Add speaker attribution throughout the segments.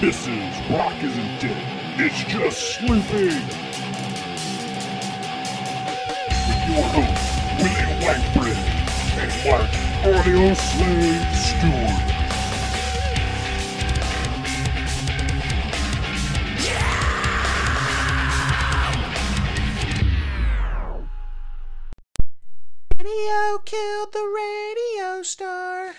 Speaker 1: This is Rock Isn't Dead. It's just sleeping. With your hosts, William Whitebread and Mark Audio Slave Stewart.
Speaker 2: Radio killed the radio star.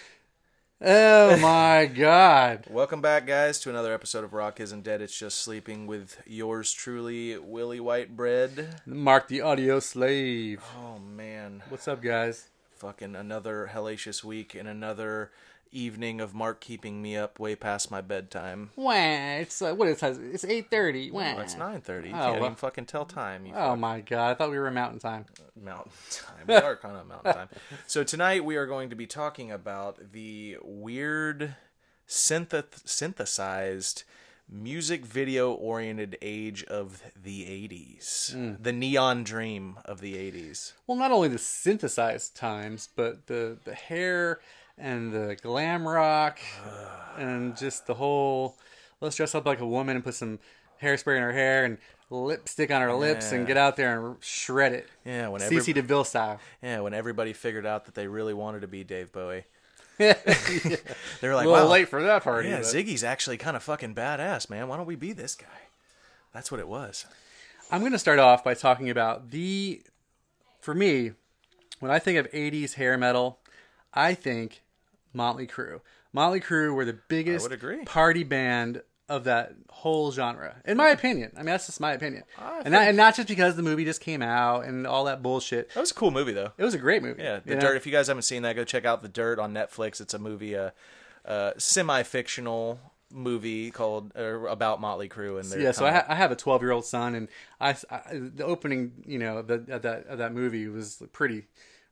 Speaker 3: Oh my god.
Speaker 2: Welcome back, guys, to another episode of Rock Isn't Dead. It's just sleeping with yours truly, Willie Whitebread.
Speaker 3: Mark the audio slave.
Speaker 2: Oh man,
Speaker 3: What's up guys?
Speaker 2: fucking another hellacious week and another evening of Mark keeping me up way past my bedtime.
Speaker 3: Wah, it's uh, what is it? It's 8:30. Wah.
Speaker 2: Well, it's nine thirty. You
Speaker 3: Oh,
Speaker 2: can't
Speaker 3: well.
Speaker 2: even fucking tell time. You
Speaker 3: Oh my god. I thought we were in mountain time.
Speaker 2: mountain time. We are kind of mountain time. So tonight we are going to be talking about the weird synth- synthesized music video oriented age of the 80s. The neon dream of the 80s.
Speaker 3: Well, not only the synthesized times, but the the hair and the glam rock and just the whole let's dress up like a woman and put some hairspray in her hair and lipstick on her lips
Speaker 2: Yeah.
Speaker 3: and get out there and shred it.
Speaker 2: Yeah, when every-
Speaker 3: CC DeVille style.
Speaker 2: yeah, when everybody figured out that they really wanted to be Dave Bowie.
Speaker 3: yeah.
Speaker 2: They were like,
Speaker 3: A little
Speaker 2: wow,
Speaker 3: late for that party.
Speaker 2: yeah,
Speaker 3: but-
Speaker 2: Ziggy's actually kind of fucking badass, man. Why don't we be this guy? That's what it was.
Speaker 3: I'm going to start off by talking about the, for me, when I think of 80s hair metal, I think Motley Crue. Motley Crue were the biggest
Speaker 2: agree.
Speaker 3: party band of that whole genre, in my opinion. I mean, that's just my opinion.
Speaker 2: I
Speaker 3: and, not, and not just because the movie just came out and all that bullshit.
Speaker 2: That was a cool movie, though.
Speaker 3: It was a great movie.
Speaker 2: Yeah, The
Speaker 3: you know?
Speaker 2: Dirt. If you guys haven't seen that, go check out The Dirt on Netflix. It's a movie, uh, uh, semi-fictional movie called uh, about Motley Crue and their
Speaker 3: yeah, so I,
Speaker 2: kind
Speaker 3: ha- I have a 12 year old son, and I, I- the opening, you know, the, of that of that movie was pretty,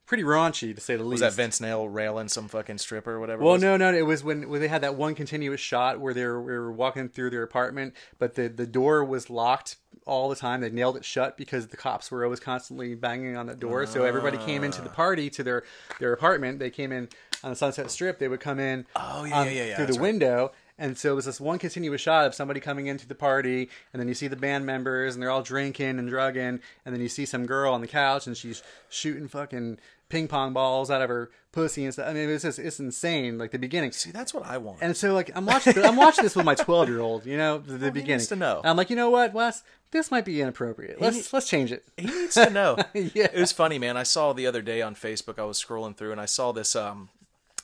Speaker 3: pretty raunchy to say the
Speaker 2: was
Speaker 3: least.
Speaker 2: that Vince Nail railing some fucking stripper or whatever. it
Speaker 3: Well,
Speaker 2: was?
Speaker 3: no, no, it was when, when they had that one continuous shot where they were, we were walking through their apartment, but the, the door was locked all the time. They nailed it shut because the cops were always constantly banging on that door. So everybody came into
Speaker 2: Ah.
Speaker 3: the party to their, their apartment. They came in on the Sunset Strip. They would come in
Speaker 2: Oh, yeah,
Speaker 3: um,
Speaker 2: yeah, yeah, yeah,
Speaker 3: through
Speaker 2: that's
Speaker 3: the
Speaker 2: right.
Speaker 3: window. And so it was this one continuous shot of somebody coming into the party, and then you see the band members, and they're all drinking and drugging, and then you see some girl on the couch, and she's shooting fucking ping pong balls out of her pussy and stuff. I mean, it's just it's insane. Like the beginning,
Speaker 2: See, that's what I want.
Speaker 3: and so like I'm watching I'm watching this with my 12 year old, you know, the, the beginning.
Speaker 2: needs to know?
Speaker 3: And I'm like, you know what, Wes, this might be inappropriate. Let's let's change it.
Speaker 2: he needs to know.
Speaker 3: Yeah.
Speaker 2: It was funny, man. I saw the other day on Facebook. I was scrolling through and I saw this um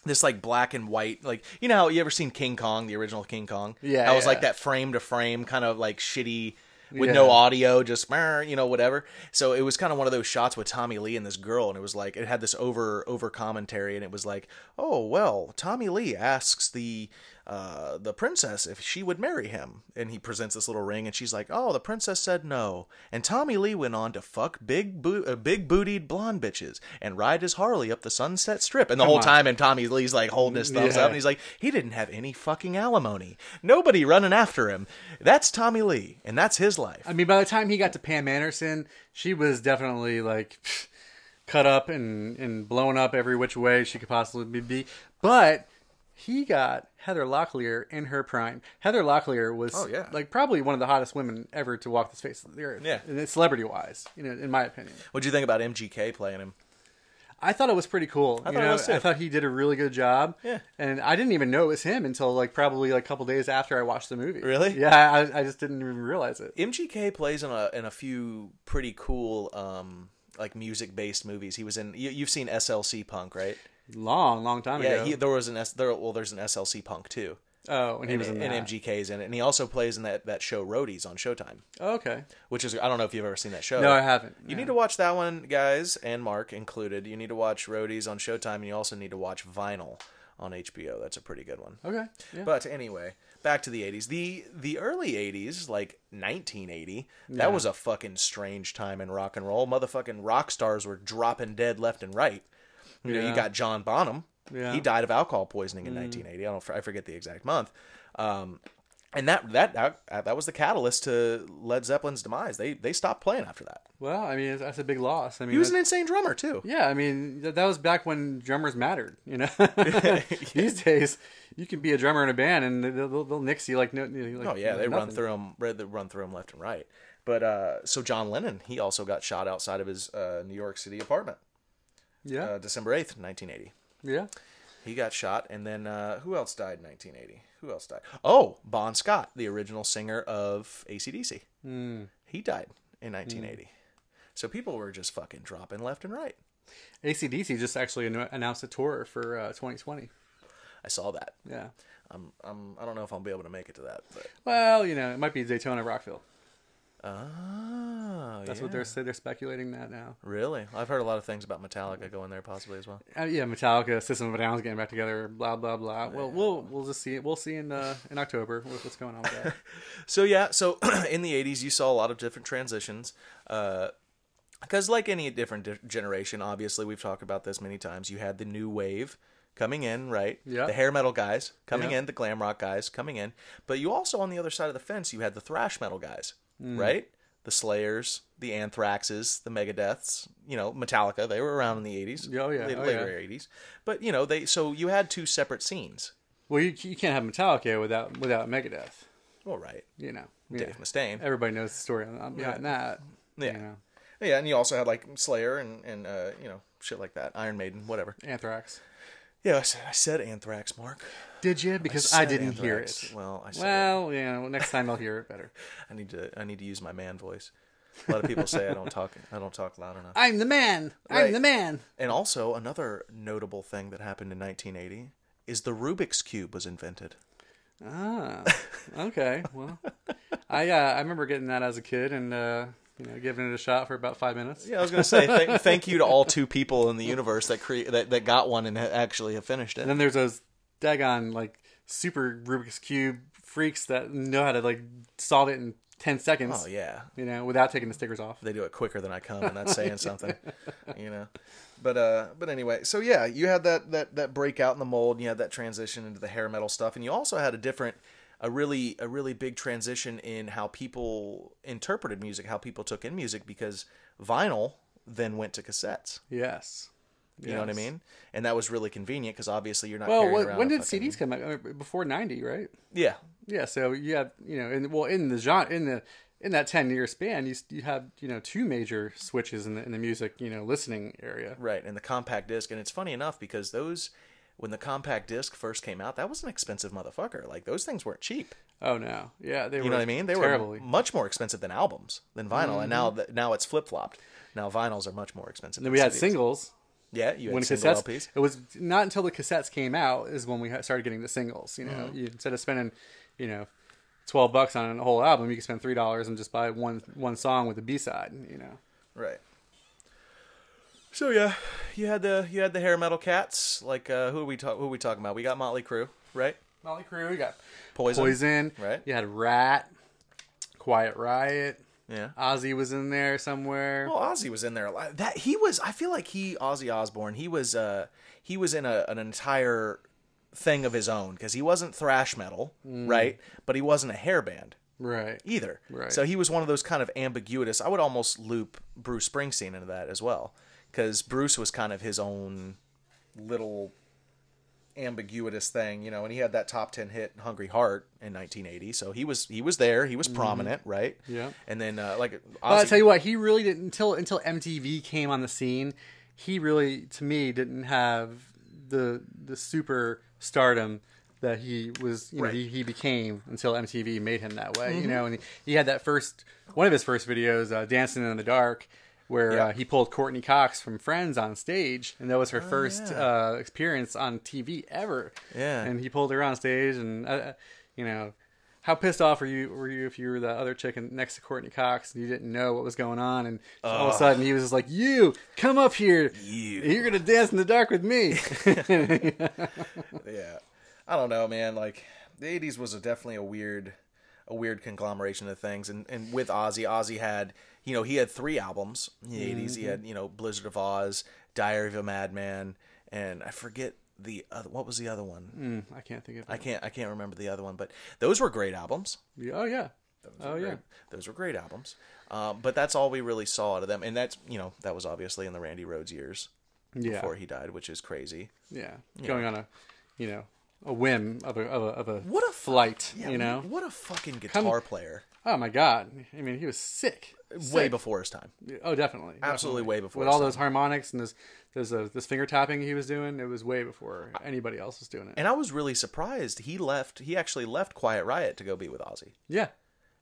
Speaker 2: this like black and white like you know how you ever seen King Kong, the original King Kong?
Speaker 3: Yeah,
Speaker 2: That was
Speaker 3: yeah.
Speaker 2: like that frame to frame kind of like shitty with no
Speaker 3: Yeah.
Speaker 2: audio, just "Mer," you know whatever. So it was kind of one of those shots with Tommy Lee and this girl, and it was like it had this over over commentary, and it was like, oh well, Tommy Lee asks the uh, the princess if she would marry him, and he presents this little ring, and she's like, oh, the princess said no, and Tommy Lee went on to fuck big bo- uh, big bootied blonde bitches and ride his Harley up the Sunset Strip, and the whole
Speaker 3: on.
Speaker 2: time, and Tommy Lee's like holding his thumbs
Speaker 3: Yeah.
Speaker 2: up, and he's like, he didn't have any fucking alimony, nobody running after him. That's Tommy Lee, and that's his life.
Speaker 3: I mean, by the time he got to Pam Anderson, she was definitely like cut up and and blown up every which way she could possibly be. But he got Heather Locklear in her prime. Heather Locklear was
Speaker 2: Oh, yeah.
Speaker 3: like probably one of the hottest women ever to walk this face of the earth.
Speaker 2: Yeah.
Speaker 3: celebrity wise, you know, in my opinion.
Speaker 2: What'd you think about MGK playing him?
Speaker 3: I thought it was pretty cool. I
Speaker 2: thought it was, too.
Speaker 3: I thought he did a really good job.
Speaker 2: Yeah.
Speaker 3: And I didn't even know it was him until like probably like a couple days after I watched the movie.
Speaker 2: Really?
Speaker 3: Yeah, I, I just didn't even realize it.
Speaker 2: MGK plays in a in a few pretty cool um like music based movies. He was in you, you've seen SLC Punk, right?
Speaker 3: Long, long time
Speaker 2: Yeah,
Speaker 3: ago.
Speaker 2: he, there was an S there well there's an SLC Punk too.
Speaker 3: oh, and he was in
Speaker 2: and
Speaker 3: that.
Speaker 2: MGK's in it. And he also plays in that that show Roadies on Showtime,
Speaker 3: Oh, okay. Oh.
Speaker 2: which is I don't know if you've ever seen that show.
Speaker 3: No, I haven't.
Speaker 2: You need to watch that one, guys, and Mark included. You need to watch Roadies on Showtime and you also need to watch Vinyl on HBO. That's a pretty good one.
Speaker 3: Okay. Oh, Yeah.
Speaker 2: But anyway, back to the 80s. The the early 80s, like 1980, that was a fucking strange time in rock and roll. Motherfucking rock stars were dropping dead left and right. You know, you
Speaker 3: Yeah.
Speaker 2: got John Bonham.
Speaker 3: Yeah. Mm.
Speaker 2: He died of alcohol poisoning in 1980. I don't I forget the exact month. Um and that that that, that was the catalyst to Led Zeppelin's demise. They they stopped playing after that.
Speaker 3: Well, I mean, that's a big loss. I mean,
Speaker 2: He was
Speaker 3: that-
Speaker 2: an insane drummer too.
Speaker 3: Yeah, I mean th- that was back when drummers mattered. You know, these days you can be a drummer in a band and they'll, they'll, they'll nix you like no. Like,
Speaker 2: Oh yeah, they run
Speaker 3: nothing.
Speaker 2: through him, they run through him left and right. But uh, so John Lennon, he also got shot outside of his uh, New York City apartment,
Speaker 3: Yeah,
Speaker 2: uh, December eighth, nineteen eighty.
Speaker 3: yeah.
Speaker 2: He got shot, and then uh, who else died in nineteen eighty? Who else died? Oh, Bon Scott, the original singer of ACDC. He died in nineteen eighty. So people were just fucking dropping left and right.
Speaker 3: ACDC just actually anno- announced a tour for uh, 2020.
Speaker 2: I saw that.
Speaker 3: Yeah.
Speaker 2: I'm, I'm, I don't know if I'll be able to make it to that. But
Speaker 3: Well, you know, it might be Daytona Rockville.
Speaker 2: oh,
Speaker 3: That's what they're they're speculating that now.
Speaker 2: Really? I've heard a lot of things about Metallica going there possibly as well.
Speaker 3: Uh, yeah, Metallica, System of a Down's getting back together. Blah blah blah. Well, we'll we'll just see it. We'll see in uh, in October what, what's going on with that.
Speaker 2: So yeah, so in the '80s, you saw a lot of different transitions. Because, like any different di- generation, obviously we've talked about this many times. You had the new wave coming in, right?
Speaker 3: Yeah.
Speaker 2: The hair metal guys coming
Speaker 3: Yeah.
Speaker 2: in, the glam rock guys coming in, but you also on the other side of the fence, you had the thrash metal guys, right? The Slayers, the Anthraxes, the Megadeths, you know, Metallica. They were around in the '80s.
Speaker 3: Oh, yeah.
Speaker 2: late-
Speaker 3: Oh,
Speaker 2: later
Speaker 3: yeah.
Speaker 2: '80s. But you know, they so you had two separate scenes.
Speaker 3: well, you you can't have Metallica without without Megadeth.
Speaker 2: All right,
Speaker 3: You know,
Speaker 2: Dave
Speaker 3: Yeah.
Speaker 2: Mustaine.
Speaker 3: everybody knows the story on, on behind that.
Speaker 2: Yeah.
Speaker 3: You know,
Speaker 2: Yeah, and you also had like Slayer and and uh, you know shit like that, Iron Maiden, whatever.
Speaker 3: Anthrax.
Speaker 2: Yeah, I said, I said Anthrax, Mark.
Speaker 3: Did you? Because I,
Speaker 2: said
Speaker 3: didn't hear
Speaker 2: Anthrax.
Speaker 3: it.
Speaker 2: Well, I said
Speaker 3: well, you know, next time I'll hear it better.
Speaker 2: I need to I need to use my man voice. A lot of people say I don't talk I don't talk loud enough.
Speaker 3: I'm the man.
Speaker 2: Right.
Speaker 3: I'm the man.
Speaker 2: And also another notable thing that happened in 1980 is the Rubik's cube was invented.
Speaker 3: Ah, okay. Well, I uh, I remember getting that as a kid and uh, you know giving it a shot for about five minutes.
Speaker 2: Yeah, I was gonna say th- thank you to all two people in the universe that cre- that that got one and ha- actually have finished
Speaker 3: And
Speaker 2: it.
Speaker 3: then there's those dagon like super Rubik's cube freaks that know how to like solve it in ten seconds.
Speaker 2: Oh yeah,
Speaker 3: You know, without taking the stickers off.
Speaker 2: they do it quicker than I come, and that's saying something, you know. But uh, but anyway, so yeah, you had that that that breakout in the mold, and you had that transition into the hair metal stuff, and you also had a different, a really a really big transition in how people interpreted music, how people took in music, because vinyl then went to cassettes.
Speaker 3: Yes.
Speaker 2: You know what I mean? And that was really convenient because obviously you're not.
Speaker 3: Well,
Speaker 2: carrying
Speaker 3: what,
Speaker 2: around
Speaker 3: when
Speaker 2: a
Speaker 3: did
Speaker 2: fucking-
Speaker 3: CDs come out? Uh, Before ninety, right?
Speaker 2: Yeah,
Speaker 3: Yeah, so you have you know, in well in the genre in the in that ten year span, you s- you have you know two major switches in the in the music you know listening area.
Speaker 2: right. And the compact disc, and it's funny enough because those. When the compact disc first came out, that was an expensive motherfucker. Like those things weren't cheap.
Speaker 3: Oh no, yeah, they were
Speaker 2: You know what I mean? They
Speaker 3: terribly.
Speaker 2: were much more expensive than albums, than vinyl, and now th- now it's flip flopped. Now vinyls are much more expensive.
Speaker 3: Mm-hmm.
Speaker 2: than
Speaker 3: Then we had
Speaker 2: CDs.
Speaker 3: singles
Speaker 2: Yeah, you had
Speaker 3: when
Speaker 2: single
Speaker 3: cassettes.
Speaker 2: LPs.
Speaker 3: It was not until the cassettes came out is when we ha- started getting the singles. You know,
Speaker 2: Mm-hmm.
Speaker 3: you, instead of spending you know twelve bucks on a whole album, you can spend three dollars and just buy one one song with a B side. You know,
Speaker 2: Right. So yeah, you had the you had the hair metal cats. Like uh, who are we talk who are we talking about? We got Motley Crue, right?
Speaker 3: Molly Crew, you got
Speaker 2: Poison.
Speaker 3: Poison,
Speaker 2: Right.
Speaker 3: You had Rat, Quiet Riot.
Speaker 2: Yeah.
Speaker 3: Ozzy was in there somewhere.
Speaker 2: Well, Ozzy was in there a lot. That he was. I feel like he Ozzy Osbourne. He was. Uh, he was in a, an entire thing of his own because he wasn't thrash metal,
Speaker 3: Mm.
Speaker 2: right? But he wasn't a hair band.
Speaker 3: right.
Speaker 2: either.
Speaker 3: Right.
Speaker 2: So he was one of those kind of ambiguous. I would almost loop Bruce Springsteen into that as well, because Bruce was kind of his own little ambiguous thing, you know. And he had that top ten hit "Hungry Heart" in 1980, so he was he was there. He was prominent, right?
Speaker 3: Mm-hmm. Yeah.
Speaker 2: And then uh, like
Speaker 3: But I'll
Speaker 2: Ozzy-
Speaker 3: tell you what, he really didn't until until MTV came on the scene, he really to me didn't have the the super stardom that he was you
Speaker 2: Right. Mm-hmm.
Speaker 3: know, he, he became until MTV made him that way. You know, and he, he had that first one of his first videos, uh, Dancing in the Dark, where
Speaker 2: Yeah.
Speaker 3: uh, he pulled Courtney Cox from Friends on stage, and that was her
Speaker 2: Oh,
Speaker 3: first uh, experience on TV ever.
Speaker 2: Yeah.
Speaker 3: and he pulled her on stage, and uh, you know, how pissed off were you were you if you were the other chicken next to Courtney Cox and you didn't know what was going on, and all of a sudden he was just like, "You come up here,
Speaker 2: You."
Speaker 3: are gonna dance in the dark with me."
Speaker 2: yeah i don't know man like the 80s was a definitely a weird a weird conglomeration of things and and with ozzy ozzy had you know he had three
Speaker 3: Mm-hmm.
Speaker 2: albums in the 80s he had you know blizzard of oz diary of a madman and i forget the other what was the other one?
Speaker 3: Mm, I can't think of.
Speaker 2: I
Speaker 3: it.
Speaker 2: can't I can't remember the other one, but those were great albums.
Speaker 3: Oh yeah. Oh yeah.
Speaker 2: Great- those were great albums. Um, but that's all we really saw out of them, and that's you know that was obviously in the Randy Rhodes years
Speaker 3: Yeah.
Speaker 2: before he died, which is crazy.
Speaker 3: yeah. Going on a, you know, a whim of a of a, of a
Speaker 2: What a fu-
Speaker 3: flight.
Speaker 2: Yeah,
Speaker 3: you know.
Speaker 2: what a fucking guitar player!
Speaker 3: Oh my god. I mean, he was sick.
Speaker 2: Way
Speaker 3: Sick.
Speaker 2: before his time,
Speaker 3: Oh, definitely.
Speaker 2: absolutely way before.
Speaker 3: With
Speaker 2: his
Speaker 3: all
Speaker 2: time.
Speaker 3: those harmonics and those, those, uh, this finger tapping he was doing, it was way before anybody else was doing it.
Speaker 2: and I was really surprised he left. He actually left Quiet Riot to go be with Ozzy,
Speaker 3: yeah.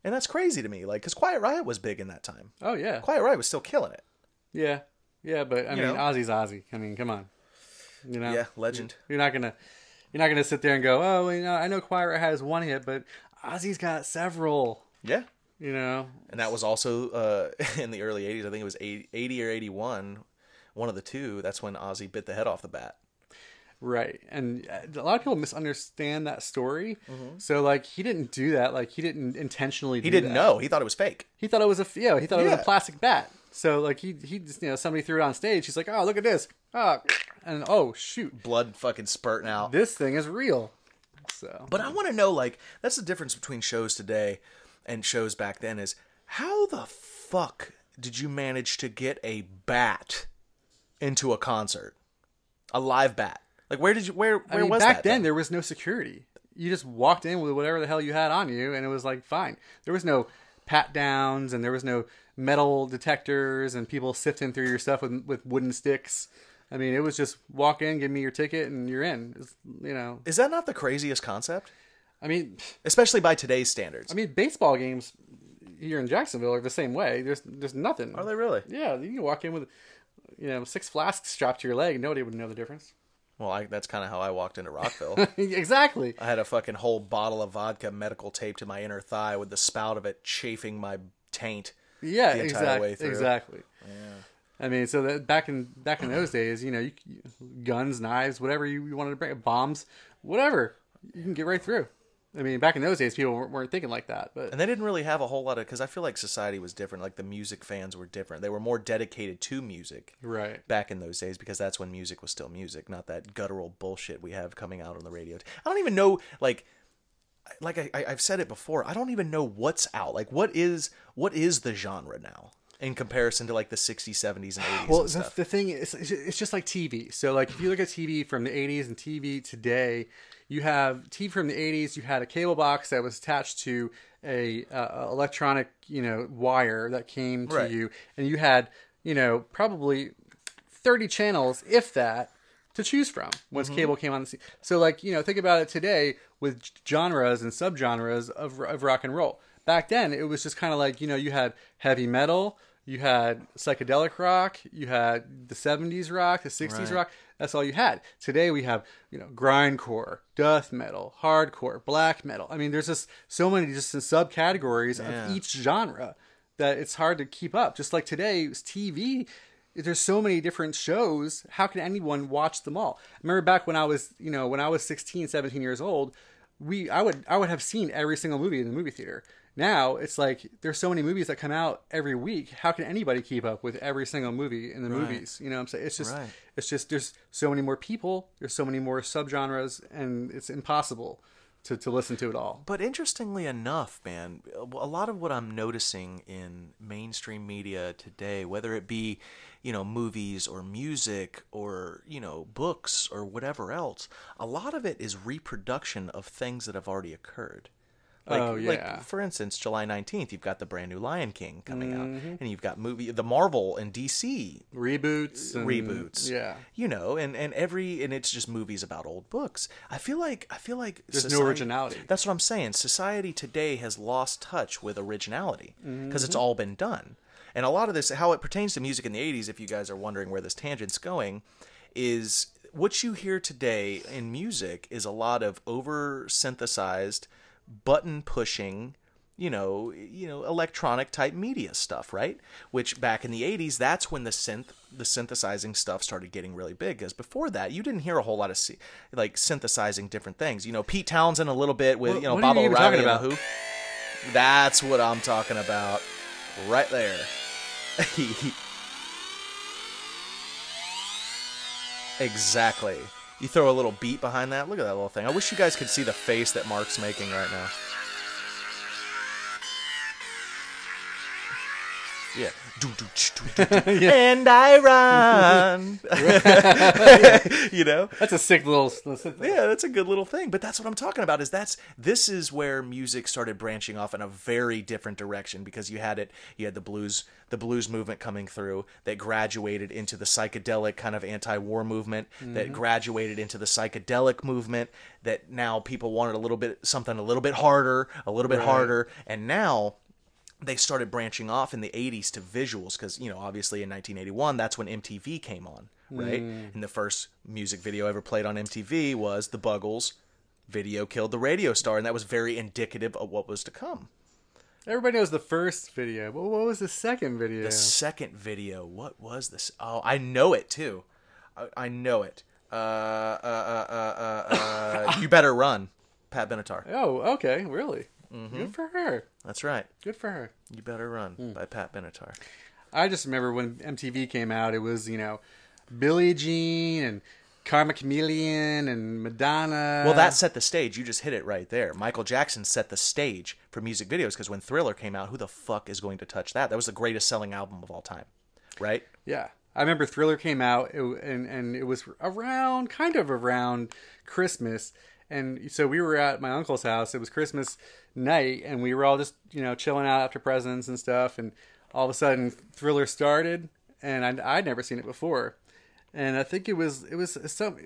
Speaker 2: and that's crazy to me. Like, because Quiet Riot was big in that time.
Speaker 3: Oh yeah.
Speaker 2: Quiet Riot was still killing it.
Speaker 3: Yeah. Yeah, but I mean,
Speaker 2: know.
Speaker 3: Ozzy's Ozzy. I mean, come on. You know.
Speaker 2: Yeah, legend.
Speaker 3: You're not gonna, you're not gonna sit there and go, oh, well, you know, I know Quiet Riot has one hit, but Ozzy's got several.
Speaker 2: Yeah,
Speaker 3: You know.
Speaker 2: and that was also uh, in the early '80s. I think it was 80, 80 or 81, one of the two. That's when Ozzy bit the head off the bat.
Speaker 3: Right. And uh, a lot of people misunderstand that story. So like, he didn't do that. Like, he didn't intentionally.
Speaker 2: Mm-hmm. He didn't know. He thought it was fake.
Speaker 3: He thought it was a yeah. He thought it was
Speaker 2: Yeah.
Speaker 3: a plastic bat. So like he he just you know somebody threw it on stage. He's like, oh look at this, ah, and oh shoot,
Speaker 2: Blood fucking spurting out.
Speaker 3: this thing is real. So
Speaker 2: But I want to know, like, that's the difference between shows today and shows back then is how the fuck did you manage to get a bat into a concert? A live bat. Like, where did you, where, where
Speaker 3: I mean,
Speaker 2: was
Speaker 3: back
Speaker 2: that?
Speaker 3: then
Speaker 2: thing?
Speaker 3: there was no security. You just walked in with whatever the hell you had on you, and it was like fine. There was no pat downs, and there was no metal detectors, and people sifting through your stuff with with wooden sticks. I mean, it was just walk in, give me your ticket, and you're in. It was, you know,
Speaker 2: Is that not the craziest concept?
Speaker 3: I mean,
Speaker 2: Especially by today's standards.
Speaker 3: I mean, baseball games here in Jacksonville are the same way. There's there's nothing.
Speaker 2: Are they really?
Speaker 3: Yeah, you can walk in with, you know, six flasks strapped to your leg. Nobody would know the difference.
Speaker 2: Well, I, that's kind of how I walked into Rockville.
Speaker 3: exactly.
Speaker 2: I had a fucking whole bottle of vodka medical tape to my inner thigh with the spout of it chafing my taint.
Speaker 3: Yeah,
Speaker 2: the entire
Speaker 3: exactly.
Speaker 2: way through.
Speaker 3: Exactly. I mean, so that back in back in those days, you know, you, you, guns, knives, whatever you, you wanted to bring, bombs, whatever, you can get right through. I mean, back in those days, people weren't, weren't thinking like that, but
Speaker 2: And they didn't really have a whole lot of because I feel like society was different. Like the music fans were different. They were more dedicated to music
Speaker 3: right.
Speaker 2: back in those days because that's when music was still music, not that guttural bullshit we have coming out on the radio. I don't even know like like I, I- I've said it before. I don't even know what's out. Like what is what is the genre now in comparison to like the 60s, 70s, and 80s
Speaker 3: Well,
Speaker 2: and
Speaker 3: the,
Speaker 2: stuff.
Speaker 3: the thing is, it's it's just like TV. So, like, if you look at TV from the 80s and TV today, you have TV from the 80s, you had a cable box that was attached to a uh, electronic, you know, wire that came to
Speaker 2: Right.
Speaker 3: you, and you had, you know, probably 30 channels, if that, to choose from once cable came on the scene. So, like, you know, think about it today with g- genres and subgenres of, of rock and roll. Back then, it was just kind of like, you know, you had heavy metal, you had psychedelic rock, you had the 70s rock, the 60s rock. That's all you had. Today, we have, you know, grindcore, death metal, hardcore, black metal. I mean, there's just so many just subcategories of each genre that it's hard to keep up. Just like today, it's TV, there's so many different shows. How can anyone watch them all? I remember back when I was, you know, when I was 16, 17 years old, we I would I would have seen every single movie in the movie theater. Now it's like there's so many movies that come out every week. How can anybody keep up with every single movie in the movies? You know what I'm saying? It's just
Speaker 2: Right.
Speaker 3: it's just there's so many more people, there's so many more subgenres and it's impossible to, to listen to it all.
Speaker 2: But interestingly enough, man, a lot of what I'm noticing in mainstream media today, whether it be, you know, movies or music or, you know, books or whatever else, a lot of it is reproduction of things that have already occurred. Like,
Speaker 3: Oh, yeah.
Speaker 2: like for instance, July 19th, you've got the brand new Lion King coming
Speaker 3: Mm-hmm.
Speaker 2: out and you've got movie the Marvel and DC
Speaker 3: Reboots and,
Speaker 2: reboots.
Speaker 3: Yeah.
Speaker 2: You know, and and every and it's just movies about old books. I feel like I feel like
Speaker 3: There's no originality.
Speaker 2: That's what I'm saying. Society today has lost touch with originality because it's
Speaker 3: Mm-hmm.
Speaker 2: all been done. And a lot of this how it pertains to music in the 80s if you guys are wondering where this tangent's going is what you hear today in music is a lot of over synthesized button pushing you know, you know, electronic type media stuff, right? Which back in the 80s, that's when the synth the synthesizing stuff started getting really big because before that, you didn't hear a whole lot of sy- like synthesizing different things. You know, Pete Townsend a little bit with,
Speaker 3: What-
Speaker 2: you know,
Speaker 3: what are
Speaker 2: Bob
Speaker 3: you even
Speaker 2: O'Reilly
Speaker 3: talking
Speaker 2: and the Who. That's what I'm talking about right there. exactly. You throw a little beat behind that. Look at that little thing. I wish you guys could see the face that Mark's making right now. Yeah. Do, do, ch, do, do, do. And I run. you know?
Speaker 3: That's a sick little. that's a-
Speaker 2: Yeah, that's a good little thing. But that's what I'm talking about. Is that's this is where music started branching off in a very different direction because you had it, you had the blues, the blues movement coming through that graduated into the psychedelic kind of anti-war movement that Mm-hmm. graduated into the psychedelic movement that now people wanted a little bit something a little bit harder, a little bit harder, and now they started branching off in the 80s to visuals because you know obviously in 1981 that's when mtv came on right and the first music video ever played on mtv was the buggles video killed the radio star and that was very indicative of what was to come
Speaker 3: Everybody knows the first video, but what was the second video?
Speaker 2: the second video what was this oh i know it too i, I know it uh, uh, uh, uh, uh, uh, you better run pat benatar
Speaker 3: oh, okay, really?
Speaker 2: Mm-hmm.
Speaker 3: Good for her.
Speaker 2: that's right
Speaker 3: Good for her.
Speaker 2: you better run by pat benatar
Speaker 3: I just remember when MTV came out, it was, you know, Billie Jean and Karma Chameleon and Madonna.
Speaker 2: Well, that set the stage. You just hit it right there. Michael Jackson set the stage for music videos because when Thriller came out, who the fuck is going to touch that? That was the greatest selling album of all time, right?
Speaker 3: Yeah. I remember Thriller came out it, and and it was around kind of around Christmas and so we were at my uncle's house. It was Christmas night and we were all just, you know, chilling out after presents and stuff and all of a sudden Thriller started and I would never seen it before. And I think it was it was some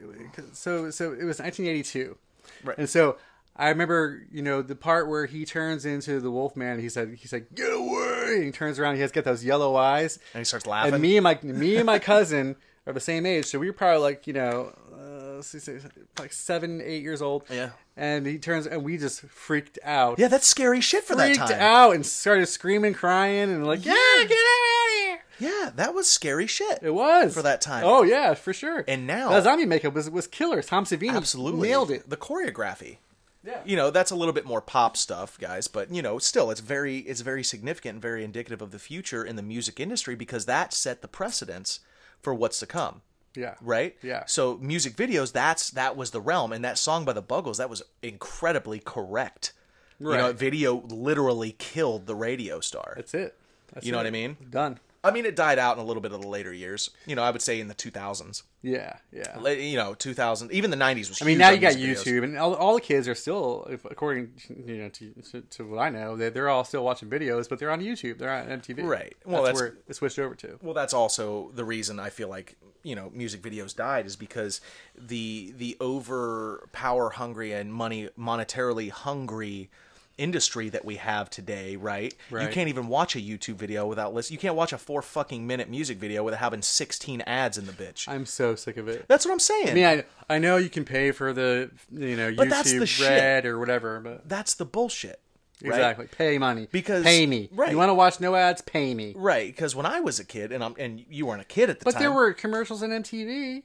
Speaker 3: so so it was 1982.
Speaker 2: Right.
Speaker 3: And so I remember, you know, the part where he turns into the Wolfman. and He said, "He said, get away!" And he turns around. He has got those yellow eyes,
Speaker 2: And he starts laughing.
Speaker 3: and me and my me and my cousin are the same age, so we were probably like you know, uh, let's see, like seven, eight years old.
Speaker 2: Yeah.
Speaker 3: And he turns, and we just freaked out.
Speaker 2: yeah, that's scary shit for that
Speaker 3: freaked
Speaker 2: time.
Speaker 3: out and started screaming, crying, and like, yeah, get out of here!
Speaker 2: Yeah, that was scary shit.
Speaker 3: It was
Speaker 2: For that time.
Speaker 3: Oh yeah, for sure.
Speaker 2: And now-
Speaker 3: that zombie makeup was was killer. Tom Savini
Speaker 2: Absolutely.
Speaker 3: nailed it.
Speaker 2: The choreography.
Speaker 3: Yeah.
Speaker 2: You know, that's a little bit more pop stuff, guys, but you know, still it's very it's very significant and very indicative of the future in the music industry because that set the precedence for what's to come.
Speaker 3: Yeah.
Speaker 2: right?
Speaker 3: Yeah.
Speaker 2: So music videos, that's that was the realm, and that song by the Buggles, that was incredibly correct. You know,
Speaker 3: Right.
Speaker 2: video literally killed the radio star.
Speaker 3: That's it. That's
Speaker 2: You know
Speaker 3: it.
Speaker 2: what I mean?
Speaker 3: Done.
Speaker 2: I mean, it died out in a little bit of the later years. You know, I would say in the 2000s,
Speaker 3: Yeah. Yeah.
Speaker 2: La- you know, 2000, even the 90s was.
Speaker 3: I mean, now you got YouTube, and all, all the kids are still, if, according you know to, to, to what I know, they, they're all still watching videos, but they're on YouTube. They're on MTV.
Speaker 2: Right. Well, that's-
Speaker 3: where it switched over to.
Speaker 2: Well, that's also the reason I feel like you know music videos died is because the the over power hungry and money monetarily hungry industry that we have today, right? You
Speaker 3: Right.
Speaker 2: can't even watch a YouTube video without list. You can't watch a four fucking minute music video without having sixteen ads in the bitch.
Speaker 3: I'm so sick of it.
Speaker 2: that's what I'm saying.
Speaker 3: I mean, I, I know you can pay for the you know
Speaker 2: But
Speaker 3: YouTube
Speaker 2: that's the shit.
Speaker 3: Red or whatever, but
Speaker 2: that's the bullshit. right?
Speaker 3: exactly pay money
Speaker 2: Because-
Speaker 3: pay me.
Speaker 2: right.
Speaker 3: You want to watch no ads? Pay me.
Speaker 2: Right, because when I was a kid, and I'm and you weren't a kid at the
Speaker 3: But
Speaker 2: time,
Speaker 3: there were commercials on MTV.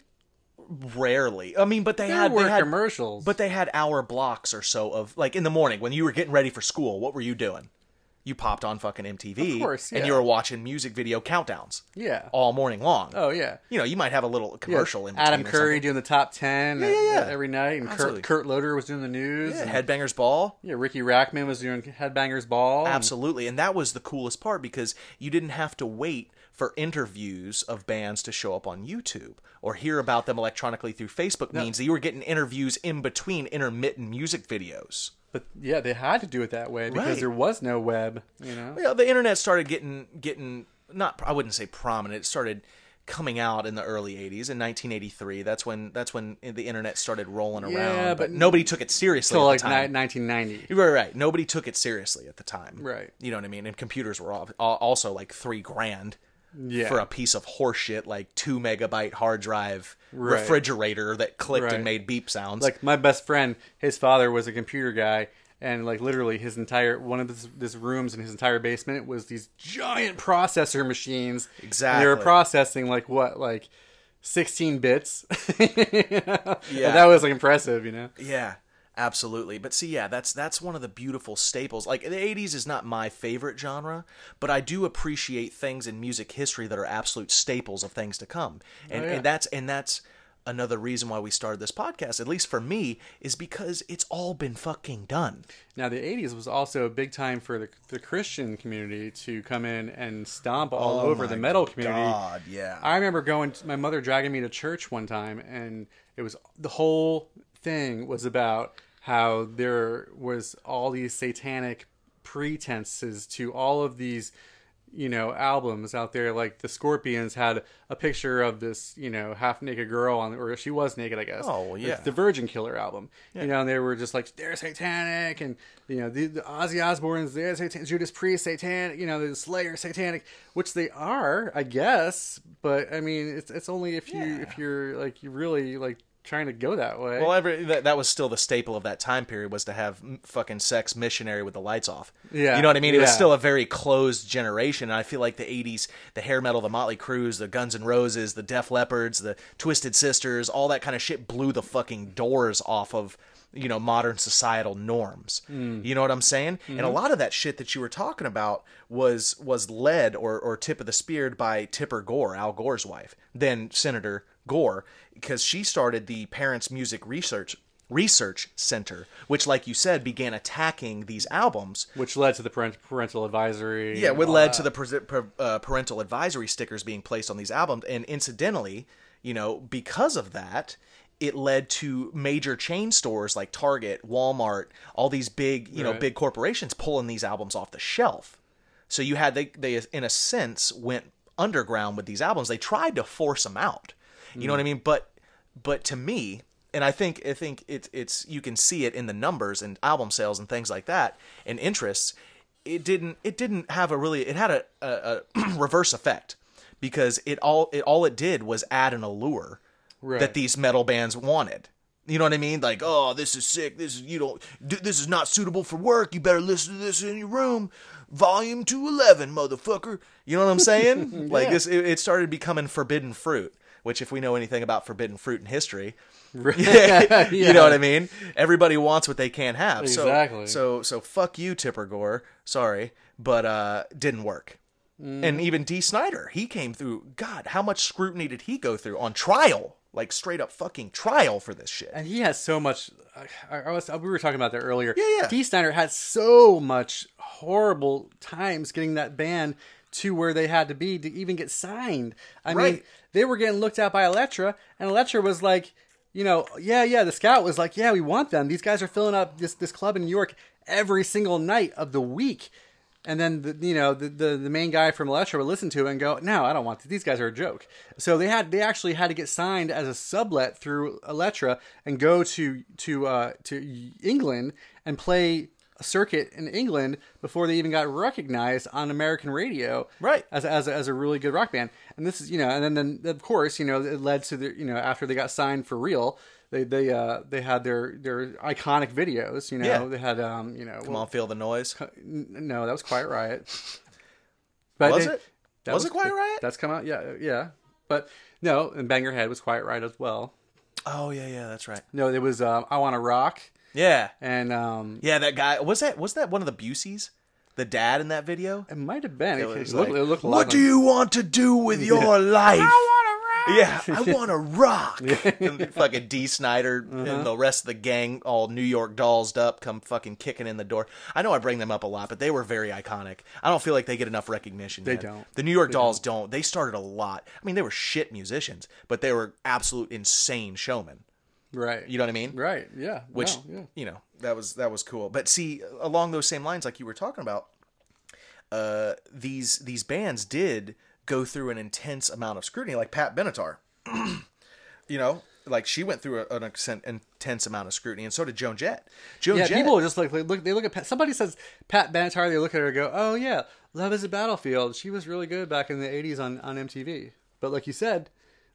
Speaker 2: rarely. I mean, but they
Speaker 3: There
Speaker 2: had
Speaker 3: were
Speaker 2: they had
Speaker 3: commercials.
Speaker 2: But they had hour blocks or so of like in the morning when you were getting ready for school. What were you doing? You popped on fucking MTV,
Speaker 3: Of course,
Speaker 2: and
Speaker 3: yeah.
Speaker 2: you were watching music video countdowns
Speaker 3: yeah.
Speaker 2: all morning long.
Speaker 3: oh yeah.
Speaker 2: you know you might have a little commercial in between
Speaker 3: Adam
Speaker 2: or
Speaker 3: Curry doing the top ten
Speaker 2: yeah, yeah.
Speaker 3: every night, and
Speaker 2: Absolutely.
Speaker 3: Kurt, Kurt Loder was doing the news.
Speaker 2: something.
Speaker 3: and-
Speaker 2: Yeah, Headbangers Ball.
Speaker 3: Yeah, Ricky Rackman was doing Headbangers Ball. and-
Speaker 2: Absolutely. And that was the coolest part because you didn't have to wait for interviews of bands to show up on YouTube or hear about them electronically through Facebook means that you were getting interviews in between intermittent music videos.
Speaker 3: But yeah, they had to do it that way because
Speaker 2: Right.
Speaker 3: there was no web, you know.
Speaker 2: you know, the internet started getting getting not I wouldn't say prominent. It started coming out in the early 80s in 1983 that's when that's when the internet started rolling around
Speaker 3: Yeah,
Speaker 2: but,
Speaker 3: but
Speaker 2: nobody took it seriously
Speaker 3: Until
Speaker 2: at
Speaker 3: like
Speaker 2: the time.
Speaker 3: ni- 1990.
Speaker 2: You're right, right. Nobody took it seriously at the time.
Speaker 3: Right.
Speaker 2: You know what I mean? And computers were al- al- also like three grand
Speaker 3: Yeah.
Speaker 2: for a piece of horseshit, like two megabyte hard drive
Speaker 3: Right.
Speaker 2: refrigerator that clicked and
Speaker 3: Right.
Speaker 2: made beep sounds.
Speaker 3: Like my best friend, his father was a computer guy, and like literally his entire one of his, his rooms in his entire basement was these giant processor machines. And they were
Speaker 2: Exactly.
Speaker 3: processing like what like 16 bits. yeah,
Speaker 2: Yeah.
Speaker 3: that was like impressive, you know.
Speaker 2: Yeah, absolutely. But see, yeah, that's that's one of the beautiful staples. Like the '80s is not my favorite genre, but I do appreciate things in music history that are absolute staples of things to come, and,
Speaker 3: yeah.
Speaker 2: and that's and that's another reason why we started this podcast, at least for me, is because it's all been fucking done.
Speaker 3: Now, the 80s was also a big time for the, the Christian community to come in and stomp all over the metal community.
Speaker 2: Oh God, yeah.
Speaker 3: I remember going, my mother dragging me to church one time, and it was the whole thing was about how there was all these satanic pretenses to all of these you know albums out there like the scorpions had a picture of this you know half naked girl on or she was naked i guess
Speaker 2: Oh, well,
Speaker 3: It's
Speaker 2: yeah.
Speaker 3: the virgin killer album you know and they were just like they're satanic and you know the, the ozzy osbournes they're satanic judas priest satanic you know the slayer satanic which they are i guess but i mean it's it's only if you if you're like you really like trying to go that way
Speaker 2: Well, every that, that was still the staple of that time period was to have m- fucking sex missionary with the lights off.
Speaker 3: Yeah,
Speaker 2: you know what I mean. It was
Speaker 3: yeah.
Speaker 2: still a very closed generation, and I feel like the '80s, the hair metal, the Motley Crues, the Guns N' Roses, the Def Leppard's, the Twisted Sisters, all that kind of shit blew the fucking doors off of you know modern societal norms.
Speaker 3: Mm.
Speaker 2: You know what I'm saying? And a
Speaker 3: Mm-hmm.
Speaker 2: lot of that shit that you were talking about was was led or or tip of the spear by Tipper Gore, Al Gore's wife, then Senator Gore because she started the Parents Music Research Research Center, which, like you said, began attacking these albums.
Speaker 3: which led to the parent, parental advisory
Speaker 2: Yeah,
Speaker 3: and
Speaker 2: what
Speaker 3: all
Speaker 2: led
Speaker 3: that.
Speaker 2: to the pre- pre- uh, parental advisory stickers being placed on these albums, and incidentally, you know, because of that. It led to major chain stores like Target, Walmart, all these big, you know,
Speaker 3: Right.
Speaker 2: big corporations pulling these albums off the shelf. So you had they they in a sense went underground with these albums. They tried to force them out. You know what I mean? But but to me, and I think I think it's it's you can see it in the numbers and album sales and things like that and interests. It didn't it didn't have a really it had a, a, a reverse effect because it all it all it did was add an allure that
Speaker 3: Right.
Speaker 2: these metal bands wanted. You know what I mean? Like, oh, this is sick. This is you don't. th- This is not suitable for work. You better listen to this in your room, volume two eleven, motherfucker. You know what I'm saying? Like this, it, it started becoming forbidden fruit. Which, if we know anything about forbidden fruit in history, you know what I mean. Everybody wants what they can't have. So-
Speaker 3: Exactly.
Speaker 2: So, so, fuck you, Tipper Gore. Sorry, but uh, didn't work. And even D. Snyder, he came through. God, how much scrutiny did he go through on trial? Like straight up fucking trial for this shit.
Speaker 3: And he has so much. I, I was, we were talking about that earlier.
Speaker 2: yeah.
Speaker 3: D. Snyder had so much horrible times getting that band to where they had to be to even get signed. I mean,
Speaker 2: Right.
Speaker 3: they were getting looked at by Elektra, and Elektra was like, you know, yeah, yeah. The scout was like, yeah, we want them. These guys are filling up this this club in New York every single night of the week. And then the, you know the, the the main guy from Elektra would listen to it and go, no, I don't want to. These guys are a joke. So they had they actually had to get signed as a sublet through Elektra and go to to uh, to England and play a circuit in England before they even got recognized on American radio
Speaker 2: Right.
Speaker 3: as as a, as a really good rock band. And this is you know, and then, then of course you know it led to the you know after they got signed for real, they they uh they had their their iconic videos. You know
Speaker 2: Yeah.
Speaker 3: they had um you know
Speaker 2: Come on, feel the noise.
Speaker 3: n- no that was Quiet Riot. But
Speaker 2: Was
Speaker 3: they-
Speaker 2: it?
Speaker 3: that
Speaker 2: Was it Quiet Riot?
Speaker 3: That's come out yeah yeah, but no and Bang Your Head was Quiet Riot as well.
Speaker 2: Oh yeah, yeah, that's right.
Speaker 3: No, it was um, I Want to Rock
Speaker 2: Yeah,
Speaker 3: and um
Speaker 2: yeah, that guy was that was that one of the Buseys, the dad in that video.
Speaker 3: it might have been it,
Speaker 2: He's
Speaker 3: looked,
Speaker 2: like,
Speaker 3: it looked a lot
Speaker 2: what
Speaker 3: like-
Speaker 2: do you want to do with your life? Yeah, I want to rock. And fucking D. Snyder and the rest of the gang, all New York dolls up, come fucking kicking in the door. I know I bring them up a lot, but they were very iconic. I don't feel like they get enough recognition. They
Speaker 3: don't.
Speaker 2: The New York Dolls don't. They started a lot. I mean, they were shit musicians, but they were absolute insane showmen.
Speaker 3: right
Speaker 2: You know what I mean?
Speaker 3: right yeah
Speaker 2: which
Speaker 3: no, Oh, yeah.
Speaker 2: you know that was that was cool but see along those same lines like you were talking about uh these these bands did go through an intense amount of scrutiny like pat benatar you know like she went through a, an exen- intense amount of scrutiny and so did joan jett joan
Speaker 3: Yeah,
Speaker 2: jett
Speaker 3: people are just like they look. They look at Pat, somebody says Pat Benatar. They look at her and go, "Oh yeah, Love Is a Battlefield." She was really good back in the '80s on on MTV. But like you said,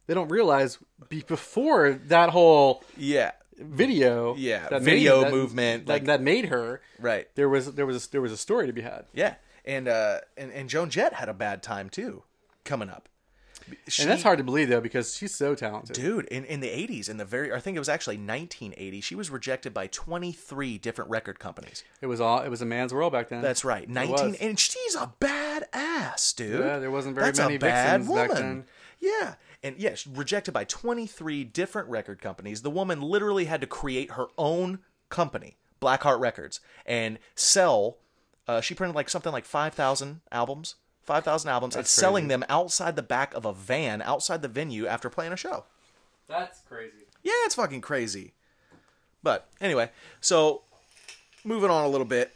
Speaker 3: they don't realize be, before that whole
Speaker 2: yeah
Speaker 3: video,
Speaker 2: Yeah,
Speaker 3: that
Speaker 2: video
Speaker 3: that-
Speaker 2: movement,
Speaker 3: that,
Speaker 2: like-
Speaker 3: that made her
Speaker 2: right
Speaker 3: There was there was a, there was a story to be had,
Speaker 2: yeah and uh and, and joan jett had a bad time too coming up she,
Speaker 3: and that's hard to believe though because she's so talented.
Speaker 2: dude in, in the 80s in the very i think it was actually 1980 she was rejected by 23 different record companies
Speaker 3: It was all it was a man's world back then.
Speaker 2: That's right.
Speaker 3: was.
Speaker 2: 19 and she's a badass, dude.
Speaker 3: Yeah, there wasn't very
Speaker 2: That's
Speaker 3: many
Speaker 2: a bad
Speaker 3: vixens back
Speaker 2: woman.
Speaker 3: then.
Speaker 2: Yeah. and yes, rejected by 23 different record companies. The woman literally had to create her own company, Blackheart Records, and sell. Uh, she printed like something like 5,000 albums, 5,000 albums, and selling them outside the back of a van outside the venue after playing a show.
Speaker 3: That's crazy.
Speaker 2: Yeah, it's fucking crazy. But anyway, so moving on a little bit.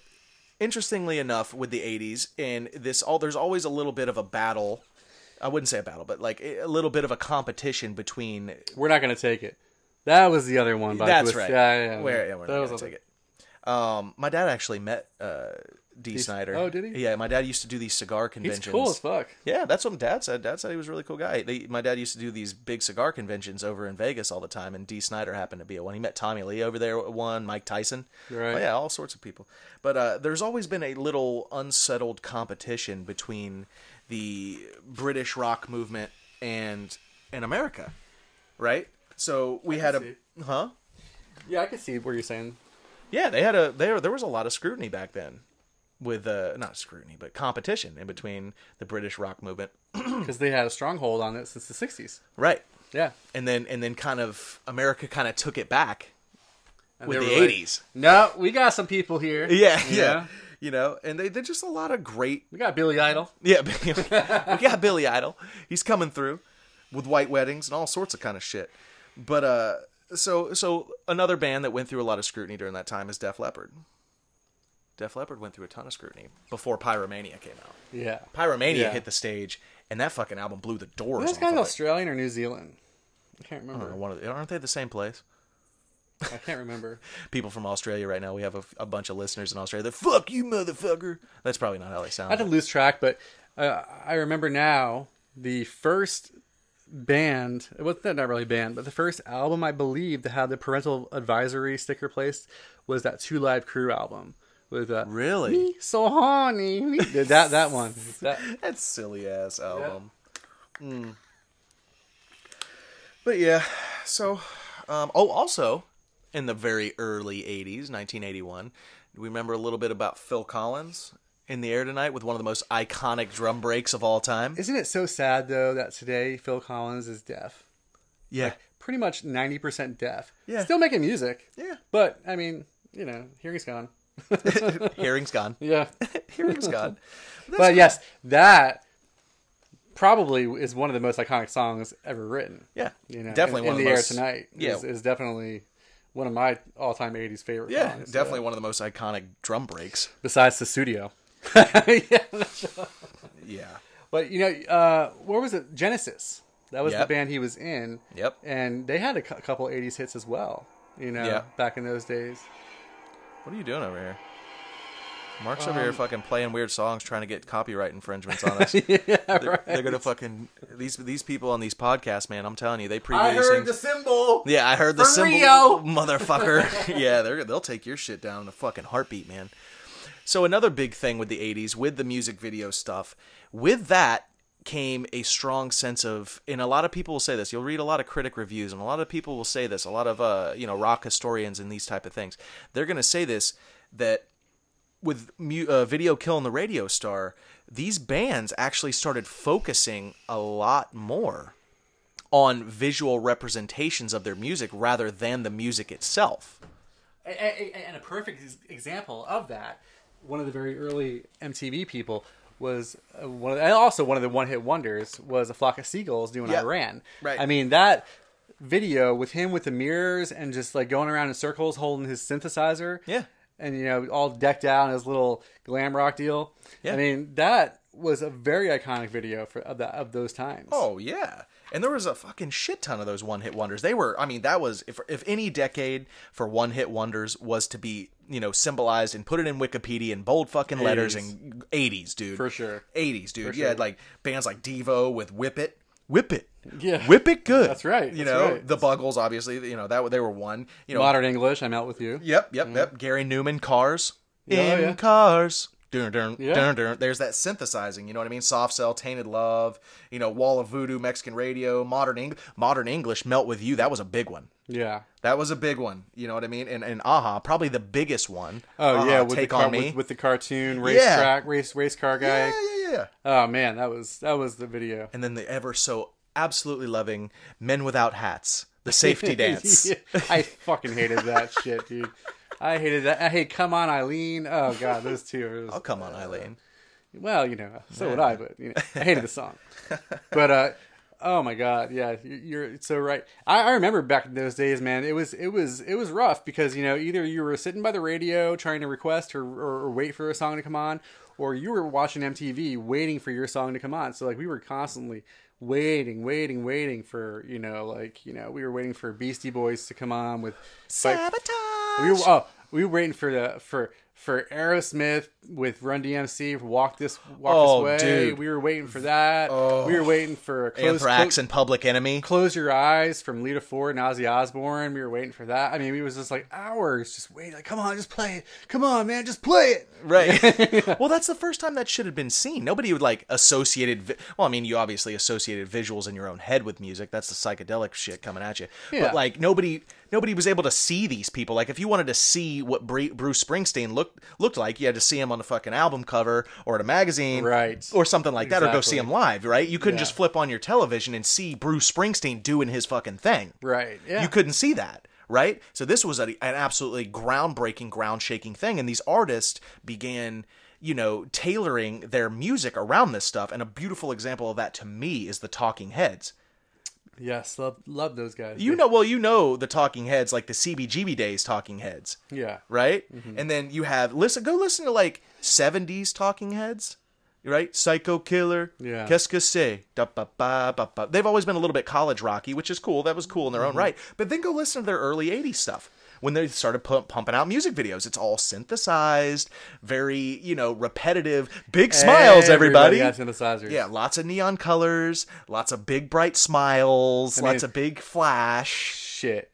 Speaker 2: Interestingly enough, with the '80s and this, all there's always a little bit of a battle. I wouldn't say a battle, but like a little bit of a competition between.
Speaker 3: We're not gonna take it. That was the other one. By
Speaker 2: That's
Speaker 3: Twist.
Speaker 2: right.
Speaker 3: Yeah, yeah.
Speaker 2: Where, yeah, we're
Speaker 3: That
Speaker 2: not
Speaker 3: was
Speaker 2: gonna
Speaker 3: other-
Speaker 2: take it. Um, my dad actually met uh, D. Snyder.
Speaker 3: oh, did he?
Speaker 2: Yeah, my dad used to do these cigar
Speaker 3: He's
Speaker 2: conventions.
Speaker 3: cool as fuck.
Speaker 2: Yeah, that's what my dad said. Dad said he was a really cool guy. They, my dad used to do these big cigar conventions over in Vegas all the time, and D. Snyder happened to be at one. He met Tommy Lee over there at one, Mike Tyson.
Speaker 3: Right.
Speaker 2: Oh, yeah, all sorts of people. But uh, there's always been a little unsettled competition between the British rock movement and and America, right? So we had a
Speaker 3: see.
Speaker 2: huh?
Speaker 3: Yeah, I can see what you're saying.
Speaker 2: Yeah, they had a there there was a lot of scrutiny back then with uh not scrutiny but competition in between the British rock movement.
Speaker 3: because they had a stronghold on it since the 60s.
Speaker 2: Right.
Speaker 3: Yeah.
Speaker 2: and then and then kind of America kind of took it back
Speaker 3: And
Speaker 2: with
Speaker 3: they
Speaker 2: the
Speaker 3: were like,
Speaker 2: eighties.
Speaker 3: no, we got some people here.
Speaker 2: yeah,
Speaker 3: You
Speaker 2: yeah,
Speaker 3: know?
Speaker 2: You know, and they did just a lot of great.
Speaker 3: We got Billy Idol.
Speaker 2: Yeah, we got Billy Idol. He's coming through with white weddings and all sorts of kind of shit. But uh, so so another band that went through a lot of scrutiny during that time is Def Leppard. Def Leppard went through a ton of scrutiny before Pyromania came out.
Speaker 3: Yeah.
Speaker 2: Pyromania
Speaker 3: Yeah.
Speaker 2: hit the stage, and that fucking album blew the doors.
Speaker 3: Those
Speaker 2: off
Speaker 3: guys
Speaker 2: of it.
Speaker 3: Australian or New Zealand? I can't remember.
Speaker 2: One of the, aren't they the same place?
Speaker 3: I can't remember.
Speaker 2: people from Australia right now. We have a, a bunch of listeners in Australia. They're fuck you, motherfucker. That's probably not how they
Speaker 3: I had
Speaker 2: sound.
Speaker 3: to lose track, but uh, I remember now the first band. It was not really a band, but the first album I believe that had the parental advisory sticker placed was that Two Live Crew album with uh,
Speaker 2: Really?
Speaker 3: "Me so horny me-" that that one. That-
Speaker 2: That's silly ass album. Mm. But yeah, so um, oh, also in the very early '80s, 1981, we remember a little bit about Phil Collins in the air tonight with one of the most iconic drum breaks of all time.
Speaker 3: Isn't it so sad though that today Phil Collins is deaf?
Speaker 2: Yeah,
Speaker 3: Pretty much 90% deaf.
Speaker 2: Yeah.
Speaker 3: Still making music.
Speaker 2: Yeah.
Speaker 3: But I mean, you know, hearing's gone.
Speaker 2: hearing's gone.
Speaker 3: Yeah.
Speaker 2: Hearing's gone.
Speaker 3: but yes, that probably is one of the most iconic songs ever written.
Speaker 2: Yeah,
Speaker 3: You know,
Speaker 2: definitely
Speaker 3: in,
Speaker 2: one
Speaker 3: in
Speaker 2: of the
Speaker 3: the
Speaker 2: most,
Speaker 3: air tonight
Speaker 2: Yeah,
Speaker 3: is, is definitely one of my all-time 80s favorite
Speaker 2: yeah,
Speaker 3: songs.
Speaker 2: definitely
Speaker 3: uh,
Speaker 2: one of the most iconic drum breaks.
Speaker 3: besides the studio. yeah.
Speaker 2: Yeah.
Speaker 3: But you know, uh, where was it? Genesis. That was the
Speaker 2: Yep.
Speaker 3: band he was in.
Speaker 2: Yep.
Speaker 3: And they had a cou- couple '80s hits as well. You know,
Speaker 2: Yeah.
Speaker 3: back in those days.
Speaker 2: What are you doing over here? Mark's over
Speaker 3: Um,
Speaker 2: here fucking playing weird songs, trying to get copyright infringements on us.
Speaker 3: yeah,
Speaker 2: they're,
Speaker 3: right.
Speaker 2: they're gonna fucking these these people on these podcasts, man. I'm telling you, they pre
Speaker 3: I
Speaker 2: these
Speaker 3: heard
Speaker 2: things.
Speaker 3: the symbol.
Speaker 2: yeah, I heard the
Speaker 3: For
Speaker 2: symbol,
Speaker 3: Rio.
Speaker 2: motherfucker. yeah, they're they'll take your shit down in a fucking heartbeat, man. So another big thing with the '80s, with the music video stuff, with that came a strong sense of, and a lot of people will say this. You'll read a lot of critic reviews, and a lot of people will say this. A lot of uh, you know, rock historians and these type of things, they're going to say this that with mu- uh, video killing the radio star, these bands actually started focusing a lot more on visual representations of their music rather than the music itself.
Speaker 3: A- a- a- And a perfect ex- example of that, one of the very early MTV people was uh, one of, and also one of the one-hit wonders was a flock of seagulls doing
Speaker 2: Yeah.
Speaker 3: Iran.
Speaker 2: Right.
Speaker 3: I mean that video with him with the mirrors and just like going around in circles holding his synthesizer.
Speaker 2: Yeah.
Speaker 3: And you know, all decked out in his little glam rock deal.
Speaker 2: Yeah.
Speaker 3: I mean that was a very iconic video for of, that of those times.
Speaker 2: Oh yeah, and there was a fucking shit ton of those one hit wonders. They were, I mean, that was if if any decade for one hit wonders was to be you know symbolized and put it in Wikipedia in bold fucking letters
Speaker 3: 80s.
Speaker 2: and eighties, dude,
Speaker 3: For sure.
Speaker 2: eighties, dude.
Speaker 3: sure.
Speaker 2: Yeah, like bands like Devo with Whip It, Whip It,
Speaker 3: Yeah.
Speaker 2: Whip It good.
Speaker 3: That's right,
Speaker 2: You
Speaker 3: that's
Speaker 2: know
Speaker 3: right.
Speaker 2: the Buggles, obviously. You know that they were one. You know,
Speaker 3: Modern English, I'm out with you.
Speaker 2: Yep, yep, yep. Gary Newman, Cars.
Speaker 3: Mm. Yeah,
Speaker 2: in
Speaker 3: yeah.
Speaker 2: Cars. Dun, dun,
Speaker 3: Yeah.
Speaker 2: dun, dun. There's that synthesizing, you know what I mean? Soft Cell, Tainted Love, you know, Wall of Voodoo, Mexican Radio, Modern Eng- Modern English, Melt With You. That was a big one.
Speaker 3: Yeah.
Speaker 2: That was a big one, you know what I mean? And and Aha, probably the biggest one.
Speaker 3: Oh
Speaker 2: Aha,
Speaker 3: yeah, with
Speaker 2: Uh-huh. Take
Speaker 3: the car,
Speaker 2: on Me.
Speaker 3: With, with the cartoon race
Speaker 2: Yeah.
Speaker 3: track race race car guy.
Speaker 2: yeah, yeah, yeah, yeah.
Speaker 3: Oh man, that was that was the video.
Speaker 2: And then the ever so absolutely loving Men Without Hats, the safety dance.
Speaker 3: I fucking hated that shit, dude. I hated that. I hate Come On Eileen. Oh god, those two are. just-
Speaker 2: Oh, come on, Eileen.
Speaker 3: Well, you know, so would I, but you know, I hated the song. but uh, oh my god, yeah, you're, you're so right. I, I remember back in those days, man. It was it was it was rough because you know either you were sitting by the radio trying to request or, or, or wait for a song to come on, or you were watching MTV waiting for your song to come on. So like we were constantly waiting, waiting, waiting for you know like you know we were waiting for Beastie Boys to come on with Fight-
Speaker 2: Sabotage.
Speaker 3: we were, oh, we were waiting for the for for Aerosmith with Run DMC for Walk This Walk
Speaker 2: Oh,
Speaker 3: This Way.
Speaker 2: dude.
Speaker 3: We were waiting for that. We were waiting for close,
Speaker 2: Anthrax
Speaker 3: close,
Speaker 2: and Public Enemy.
Speaker 3: close Your Eyes from Lita Ford and Ozzy Osbourne. We were waiting for that. I mean, we was just like hours just waiting. Like, come on, just play it. Come on, man, just play it.
Speaker 2: Right. well, that's the first time that should have been seen. Nobody would like associated. Vi- well, I mean, you obviously associated visuals in your own head with music. That's the psychedelic shit coming at you.
Speaker 3: Yeah.
Speaker 2: But like nobody, nobody was able to see these people. Like if you wanted to see what Bre- Bruce Springsteen looked looked like, you had to see him on a fucking album cover or at a magazine,
Speaker 3: Right.
Speaker 2: or something like that, or go see
Speaker 3: Exactly.
Speaker 2: him live. Right. You couldn't
Speaker 3: Yeah.
Speaker 2: just flip on your television and see Bruce Springsteen doing his fucking thing.
Speaker 3: Right. Yeah.
Speaker 2: You couldn't see that, right? So this was a, an absolutely groundbreaking, ground shaking thing, and these artists began, you know, tailoring their music around this stuff. And a beautiful example of that to me is the Talking Heads.
Speaker 3: Yes, love love those guys.
Speaker 2: You know, well, you know the Talking Heads, like the CBGB days Talking Heads,
Speaker 3: Yeah.
Speaker 2: right? And then you have listen, go listen to like '70s Talking Heads. Right, Psycho Killer,
Speaker 3: Yeah.
Speaker 2: Qu'est-ce que c'est? Da, ba, ba, ba, ba. They've always been a little bit college rocky, which is cool. That was cool in their own right. But then go listen to their early '80s stuff when they started pu- pumping out music videos. It's all synthesized, very you know repetitive. Big smiles, everybody.
Speaker 3: got synthesizers.
Speaker 2: Yeah, lots of neon colors, lots of big bright smiles, lots of big flash.
Speaker 3: Shit.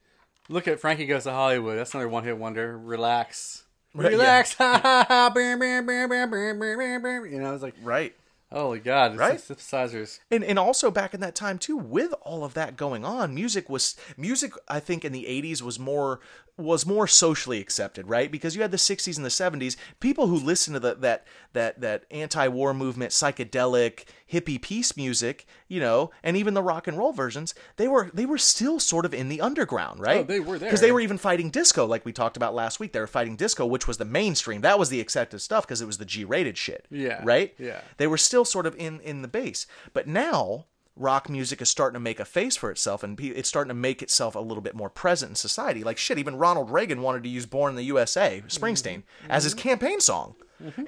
Speaker 3: Look at Frankie Goes to Hollywood. That's another one hit wonder. Relax.
Speaker 2: Right, yeah.
Speaker 3: Relax. Ha ha ha. Bam, bam, bam, bam, bam, bam, bam, bam. You know, it's like,
Speaker 2: Right.
Speaker 3: holy God. It's
Speaker 2: Right?
Speaker 3: right? synthesizers.
Speaker 2: And and also back in that time too, with all of that going on, music was music I think in the eighties was more was more socially accepted, right? Because you had the sixties and the seventies, people who listened to the, that that that anti war movement, psychedelic, hippie peace music, you know, and even the rock and roll versions, they were they were still sort of in the underground, right?
Speaker 3: Oh, they were there.
Speaker 2: Because they were even fighting disco, like we talked about last week. They were fighting disco, which was the mainstream. That was the accepted stuff because it was the G rated shit.
Speaker 3: Yeah.
Speaker 2: Right?
Speaker 3: Yeah.
Speaker 2: They were still sort of in in the base. But now rock music is starting to make a face for itself and pe- it's starting to make itself a little bit more present in society. Like shit, even Ronald Reagan wanted to use Born in the USA, Springsteen, as his campaign song.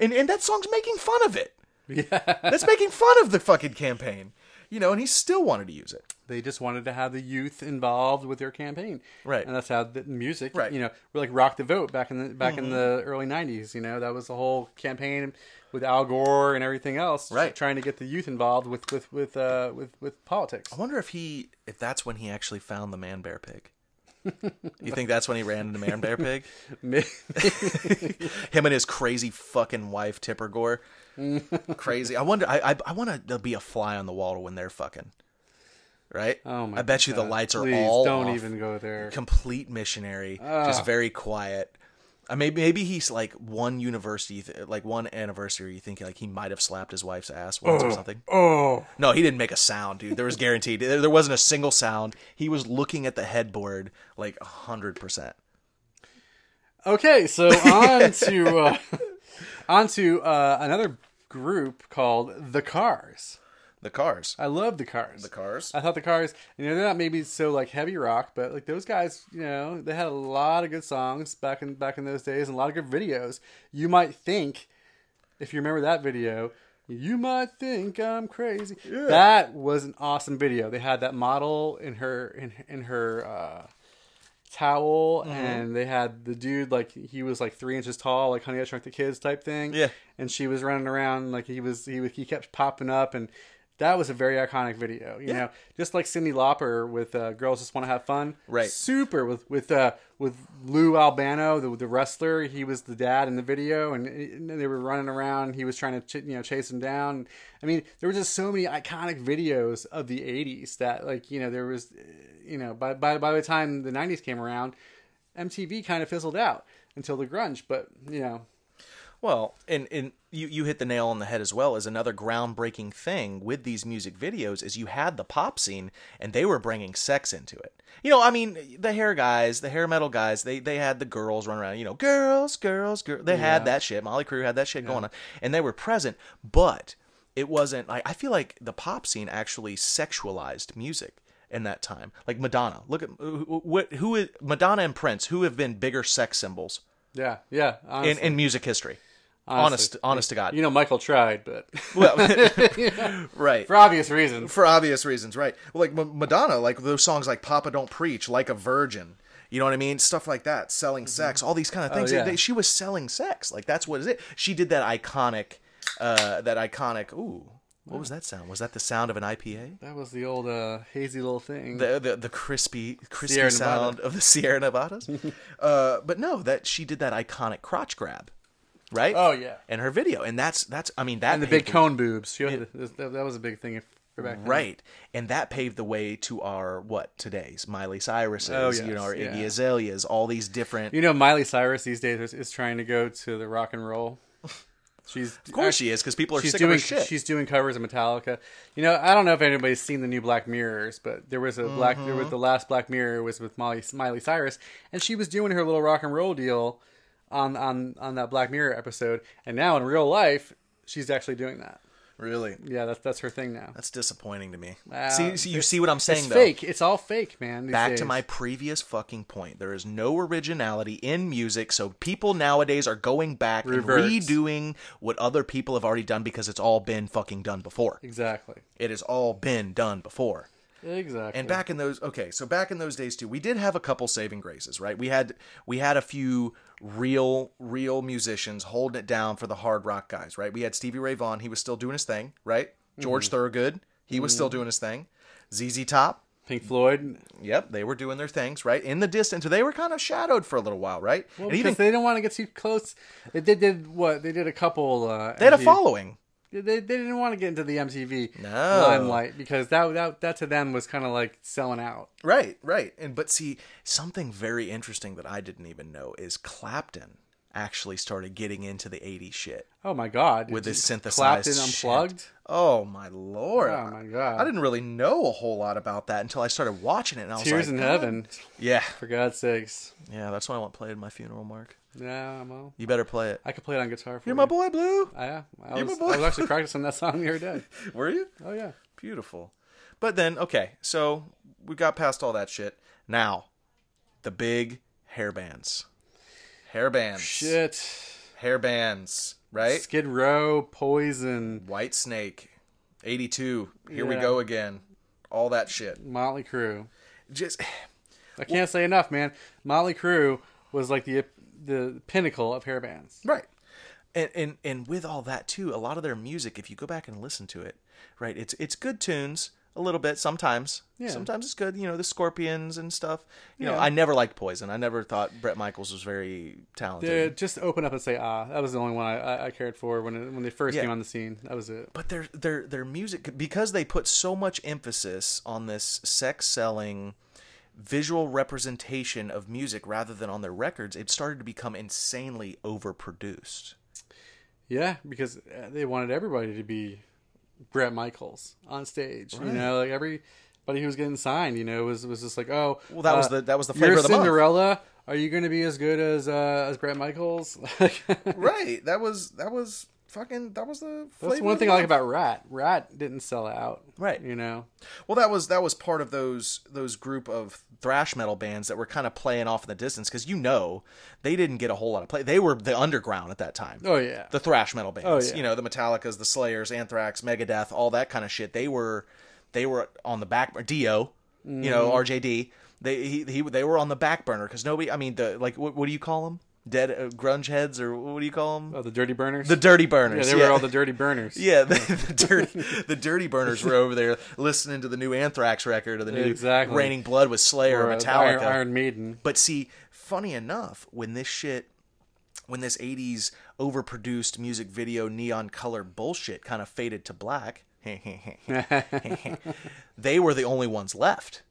Speaker 2: And and that song's making fun of it. Mm-hmm. Yeah. That's making fun of the fucking campaign. You know, and he still wanted to use it.
Speaker 3: They just wanted to have the youth involved with their campaign.
Speaker 2: Right.
Speaker 3: And that's how the music,
Speaker 2: Right. Mm-hmm.
Speaker 3: you know, we're like rock the vote back in the back in the early 90s. You know, that was the whole campaign with Al Gore and everything else.
Speaker 2: Right.
Speaker 3: Trying to get the youth involved with, with, with, uh, with, with politics.
Speaker 2: I wonder if he if that's when he actually found the man bear pig. you think that's when he ran into man bear pig? him and his crazy fucking wife Tipper Gore. crazy. I wonder. I I, I want to be a fly on the wall to when they're fucking. Right.
Speaker 3: Oh my
Speaker 2: I bet you the
Speaker 3: God.
Speaker 2: lights are
Speaker 3: Please,
Speaker 2: all
Speaker 3: don't
Speaker 2: off.
Speaker 3: even go there. Ah.
Speaker 2: Complete missionary, just very quiet. I maybe maybe he's like one university, th- like one anniversary. You think like he might have slapped his wife's ass once or something?
Speaker 3: Oh.
Speaker 2: No, he didn't make a sound, dude. There was guaranteed. There there wasn't a single sound. He was looking at the headboard like hundred percent.
Speaker 3: Okay, so on to uh, on to uh, another group called the Cars.
Speaker 2: The cars.
Speaker 3: I love the Cars. The
Speaker 2: Cars.
Speaker 3: I thought the Cars. You know, they're not maybe so like heavy rock, but like those guys, you know, they had a lot of good songs back in back in those days and a lot of good videos. You might think, if you remember that video. You might think I'm crazy. That was an awesome video. They had that model in her in in her uh, towel and they had the dude like he was like three inches tall like honey i shrunk the kids type thing
Speaker 2: Yeah.
Speaker 3: and she was running around like he was he was he kept popping up and that was a very iconic video you know just like cindy lauper with uh, girls just want to have fun
Speaker 2: Right.
Speaker 3: super with with uh with lou albano the, the wrestler he was the dad in the video and, and they were running around he was trying to ch- you know chase him down i mean there were just so many iconic videos of the 80s that like you know there was uh, you know, by, by, by the time the 90s came around, MTV kind of fizzled out until the grunge. But, you know,
Speaker 2: Well, and and you you hit the nail on the head as well as another groundbreaking thing with these music videos is you had the pop scene and they were bringing sex into it. You know, I mean, the hair guys, the hair metal guys, they they had the girls run around. You know, girls, girls, girls. They had that shit. Molly Crew had that shit going on, and they were present, but it wasn't. Like, I feel like the pop scene actually sexualized music in that time. Like Madonna, look at what who is Madonna and Prince, who have been bigger sex symbols
Speaker 3: Yeah, yeah. Honestly.
Speaker 2: in, in music history. honest, honest to God.
Speaker 3: you know, Michael tried, but
Speaker 2: right.
Speaker 3: for obvious reasons.
Speaker 2: For obvious reasons, right? Well, like M- Madonna, like those songs like "Papa Don't Preach," "Like a Virgin," you know what I mean? Stuff like that, selling sex, all these kind of things.
Speaker 3: yeah.
Speaker 2: They- she was selling sex, like that's what is it. She did that iconic, uh, that iconic. Ooh, what was that sound? Was that the sound of an IPA?
Speaker 3: That was the old uh, hazy little thing.
Speaker 2: the the, the crispy crispy
Speaker 3: Sierra Nevada.
Speaker 2: sound of the Sierra Nevadas. uh, but no, that she did that iconic crotch grab, right?
Speaker 3: Oh, yeah.
Speaker 2: in her video, and that's that's I mean that
Speaker 3: and the big
Speaker 2: paved
Speaker 3: cone boobs. She had- that, that was a big thing for back then.
Speaker 2: Right, and that paved the way to our what today's Miley Cyrus's,
Speaker 3: Oh,
Speaker 2: you know,
Speaker 3: yes,
Speaker 2: our Iggy
Speaker 3: yeah.
Speaker 2: Azaleas, all these different.
Speaker 3: You know, Miley Cyrus these days is, is trying to go to the rock and roll. She's
Speaker 2: of course, she is because people are
Speaker 3: she's
Speaker 2: sick
Speaker 3: doing
Speaker 2: of her shit.
Speaker 3: she's doing covers of Metallica. You know, I don't know if anybody's seen the new Black Mirrors, but there was a black there was the last Black Mirror was with Molly Miley Cyrus, and she was doing her little rock and roll deal on on on that Black Mirror episode, and now in real life she's actually doing that.
Speaker 2: really,
Speaker 3: Yeah, that's that's her thing now.
Speaker 2: that's disappointing to me.
Speaker 3: Wow.
Speaker 2: see, see, you see what I'm saying?
Speaker 3: It's
Speaker 2: though?
Speaker 3: fake. It's all fake, man. these
Speaker 2: Back
Speaker 3: days.
Speaker 2: to my previous fucking point. There is no originality in music, so people nowadays are going back and
Speaker 3: Reverts.
Speaker 2: redoing what other people have already done because it's all been fucking done before.
Speaker 3: exactly
Speaker 2: It has all been done before.
Speaker 3: exactly
Speaker 2: And back in those okay, so back in those days too, we did have a couple saving graces, right? We had we had a few real real musicians holding it down for the hard rock guys, right? We had Stevie Ray Vaughan, he was still doing his thing, right? George Thorogood, he was still doing his thing. ZZ Top,
Speaker 3: Pink Floyd.
Speaker 2: yep, they were doing their things, right? In the distance, so they were kind of shadowed for a little while, right?
Speaker 3: Well,
Speaker 2: and
Speaker 3: because
Speaker 2: even
Speaker 3: they didn't want to get too close. They did, did what they did a couple. Uh,
Speaker 2: they had a
Speaker 3: MTV
Speaker 2: following.
Speaker 3: They, they didn't want to get into the MTV
Speaker 2: No.
Speaker 3: limelight because that that that to them was kind of like selling out.
Speaker 2: Right, right. And but see, something very interesting that I didn't even know is Clapton actually started getting into the 80s shit.
Speaker 3: Oh my god!
Speaker 2: with this
Speaker 3: Just
Speaker 2: synthesized
Speaker 3: Clapton
Speaker 2: shit.
Speaker 3: unplugged.
Speaker 2: Oh my lord!
Speaker 3: Oh my God.
Speaker 2: I didn't really know a whole lot about that until I started watching it, and I was
Speaker 3: Tears
Speaker 2: like,
Speaker 3: in heaven,
Speaker 2: "Yeah,
Speaker 3: for God's sakes.
Speaker 2: yeah, that's what I want played at my funeral." Mark,
Speaker 3: Yeah, well,
Speaker 2: you better play it.
Speaker 3: I could play it on guitar for
Speaker 2: You're
Speaker 3: you. Oh,
Speaker 2: my boy, Blue.
Speaker 3: Yeah, I,
Speaker 2: You're my
Speaker 3: was,
Speaker 2: boy.
Speaker 3: I was actually practicing that song the other day.
Speaker 2: Were you
Speaker 3: Oh yeah,
Speaker 2: beautiful? But then, okay, so we got past all that shit. Now, the big hair bands, hair bands,
Speaker 3: shit.
Speaker 2: hair bands, right?
Speaker 3: Skid Row, Poison,
Speaker 2: White Snake, '82. Here we
Speaker 3: Yeah.
Speaker 2: go again. All that shit.
Speaker 3: Motley Crue.
Speaker 2: Just.
Speaker 3: I can't say enough, man. Motley Crue was like the the pinnacle of hair bands.
Speaker 2: Right. And, and and with all that too, a lot of their music, if you go back and listen to it, right, it's it's good tunes a little bit sometimes.
Speaker 3: Yeah.
Speaker 2: Sometimes it's good, you know, the Scorpions and stuff. You know,
Speaker 3: Yeah.
Speaker 2: I never liked Poison. I never thought Brett Michaels was very talented.
Speaker 3: Yeah, just open up and say ah. That was the only one I, I, I cared for when it, when they first
Speaker 2: Yeah.
Speaker 3: came on the scene. That was it.
Speaker 2: But their their their music because they put so much emphasis on this sex selling visual representation of music rather than on their records, it started to become insanely overproduced.
Speaker 3: Yeah, because uh, they wanted everybody to be Brett Michaels on stage. You know, like everybody who was getting signed, you know, was was just like, oh,
Speaker 2: Well, that was the- that was the flavor
Speaker 3: you're
Speaker 2: of the month.
Speaker 3: Cinderella. Are you going to be as good as uh, as Brett Michaels? That's
Speaker 2: right. That was that was fucking that was the flavor
Speaker 3: one
Speaker 2: of the
Speaker 3: thing I like
Speaker 2: month.
Speaker 3: about Rat. Rat didn't sell out.
Speaker 2: Right.
Speaker 3: You know.
Speaker 2: Well, that was that was part of those those group of thrash metal bands that were kind of playing off in the distance because you know they didn't get a whole lot of play. They were the underground at that time.
Speaker 3: Oh yeah. Oh,
Speaker 2: The thrash metal bands,
Speaker 3: yeah.
Speaker 2: you know, the Metallicas, the Slayers, Anthrax, Megadeth, all that kind of shit. They were they were on the back Dio, you
Speaker 3: Mm.
Speaker 2: know, RJD. They he, he they were on the back burner because nobody. I mean, the like what, what do you call them? Dead uh, grunge heads or what do you call them?
Speaker 3: oh, the Dirty Burners.
Speaker 2: the dirty
Speaker 3: yeah,
Speaker 2: burners.
Speaker 3: they were all the Dirty Burners.
Speaker 2: Yeah, the, the dirty the dirty burners were over there listening to the new Anthrax record or the new
Speaker 3: Exactly.
Speaker 2: Raining Blood with Slayer
Speaker 3: Or,
Speaker 2: or
Speaker 3: uh,
Speaker 2: Metallica.
Speaker 3: Iron, Iron Maiden.
Speaker 2: But see, funny enough, when this shit when this 80s overproduced music video neon color bullshit kind of faded to black, they were the only ones left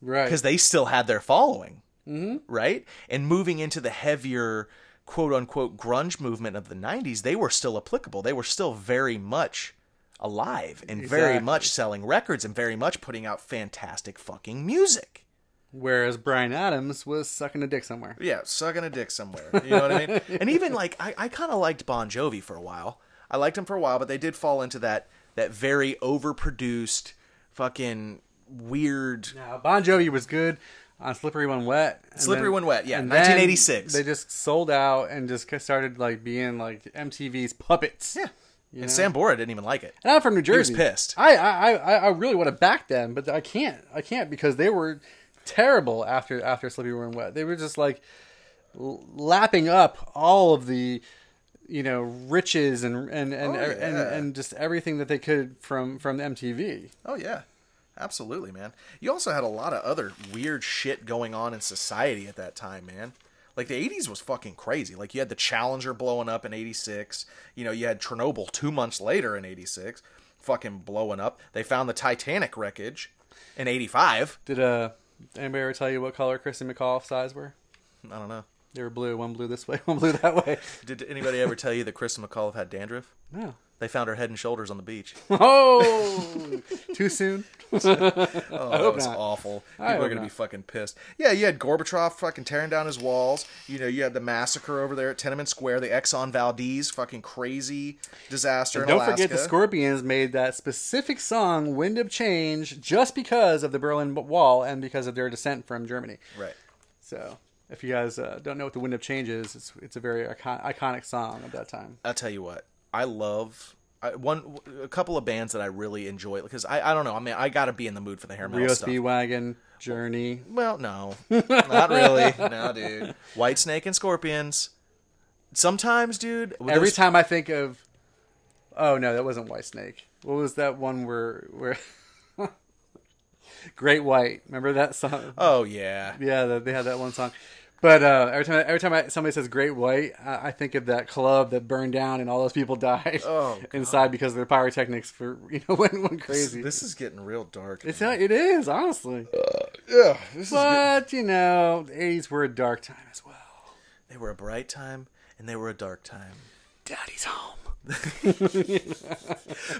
Speaker 3: Right.
Speaker 2: Mm-hmm. because they still had their following, right? And moving into the heavier quote unquote grunge movement of the 90s, they were still applicable. They were still very much alive and very
Speaker 3: Exactly.
Speaker 2: much selling records and very much putting out fantastic fucking music.
Speaker 3: Whereas Brian Adams was sucking a dick somewhere.
Speaker 2: Yeah, sucking a dick somewhere. You know what I mean? And even like I, I kind of liked Bon Jovi for a while. I liked him for a while, but they did fall into that that very overproduced fucking weird
Speaker 3: Now, Bon Jovi was good on Slippery When Wet. and
Speaker 2: Slippery When Wet, yeah,
Speaker 3: and
Speaker 2: 1986.
Speaker 3: They just sold out and just ca- started like being like MTV's puppets.
Speaker 2: Yeah. and
Speaker 3: You know?
Speaker 2: Sam Bora didn't even like it.
Speaker 3: And I'm from New
Speaker 2: was
Speaker 3: Jersey.
Speaker 2: pissed.
Speaker 3: I I I, I really want to back them, but I can't. I can't because they were terrible after after Slippery When Wet. They were just like l- lapping up all of the you know riches and and and, e,
Speaker 2: Oh,
Speaker 3: and
Speaker 2: yeah.
Speaker 3: and just everything that they could from from MTV.
Speaker 2: Oh yeah. Absolutely, man. You also had a lot of other weird shit going on in society at that time, man. Like the 80s was fucking crazy. Like you had the Challenger blowing up in 86. You know, you had Chernobyl 2 months later in 86 fucking blowing up. They found the Titanic wreckage in 85.
Speaker 3: Did uh anybody ever tell you what color Christy McAuliffe's eyes were?
Speaker 2: I don't know.
Speaker 3: They were blue. One blew this way. One blew that way.
Speaker 2: Did anybody ever tell you that Kristen McAuliffe had dandruff?
Speaker 3: No.
Speaker 2: They found her head and shoulders on the beach.
Speaker 3: Oh, too soon.
Speaker 2: Oh, that was
Speaker 3: not.
Speaker 2: awful. People
Speaker 3: I
Speaker 2: are
Speaker 3: hope
Speaker 2: going to be
Speaker 3: not.
Speaker 2: fucking pissed. Yeah, you had Gorbachev fucking tearing down his walls. You know, you had the massacre over there at Tenement Square, the Exxon Valdez fucking crazy disaster in
Speaker 3: Don't
Speaker 2: Alaska.
Speaker 3: forget the Scorpions made that specific song "Wind of Change" just because of the Berlin Wall and because of their descent from Germany.
Speaker 2: Right.
Speaker 3: So, if you guys uh, don't know what the "Wind of Change" is, it's it's a very icon- iconic song of that time.
Speaker 2: I'll tell you what. I love I, one a couple of bands that I really enjoy because I, I don't know. I mean, I got to be in the mood for the hair metal
Speaker 3: Rio
Speaker 2: stuff.
Speaker 3: Speedwagon, Journey.
Speaker 2: Well, no, not really. no, dude. White Snake and Scorpions. Sometimes, dude. well,
Speaker 3: Every
Speaker 2: there's-
Speaker 3: time I think of, oh no, that wasn't White Snake. What was that one where where? Great White. Remember that song?
Speaker 2: Oh yeah.
Speaker 3: Yeah, that- they had that one song. But uh, every time, every time I, somebody says "Great White," I, I think of that club that burned down and all those people died
Speaker 2: Oh,
Speaker 3: inside because of their pyrotechnics for you know went, went crazy.
Speaker 2: This is getting real dark.
Speaker 3: it's not, it is honestly,
Speaker 2: yeah, this is
Speaker 3: but you know, the '80s were a dark time as well.
Speaker 2: They were a bright time and they were a dark time.
Speaker 3: Daddy's home.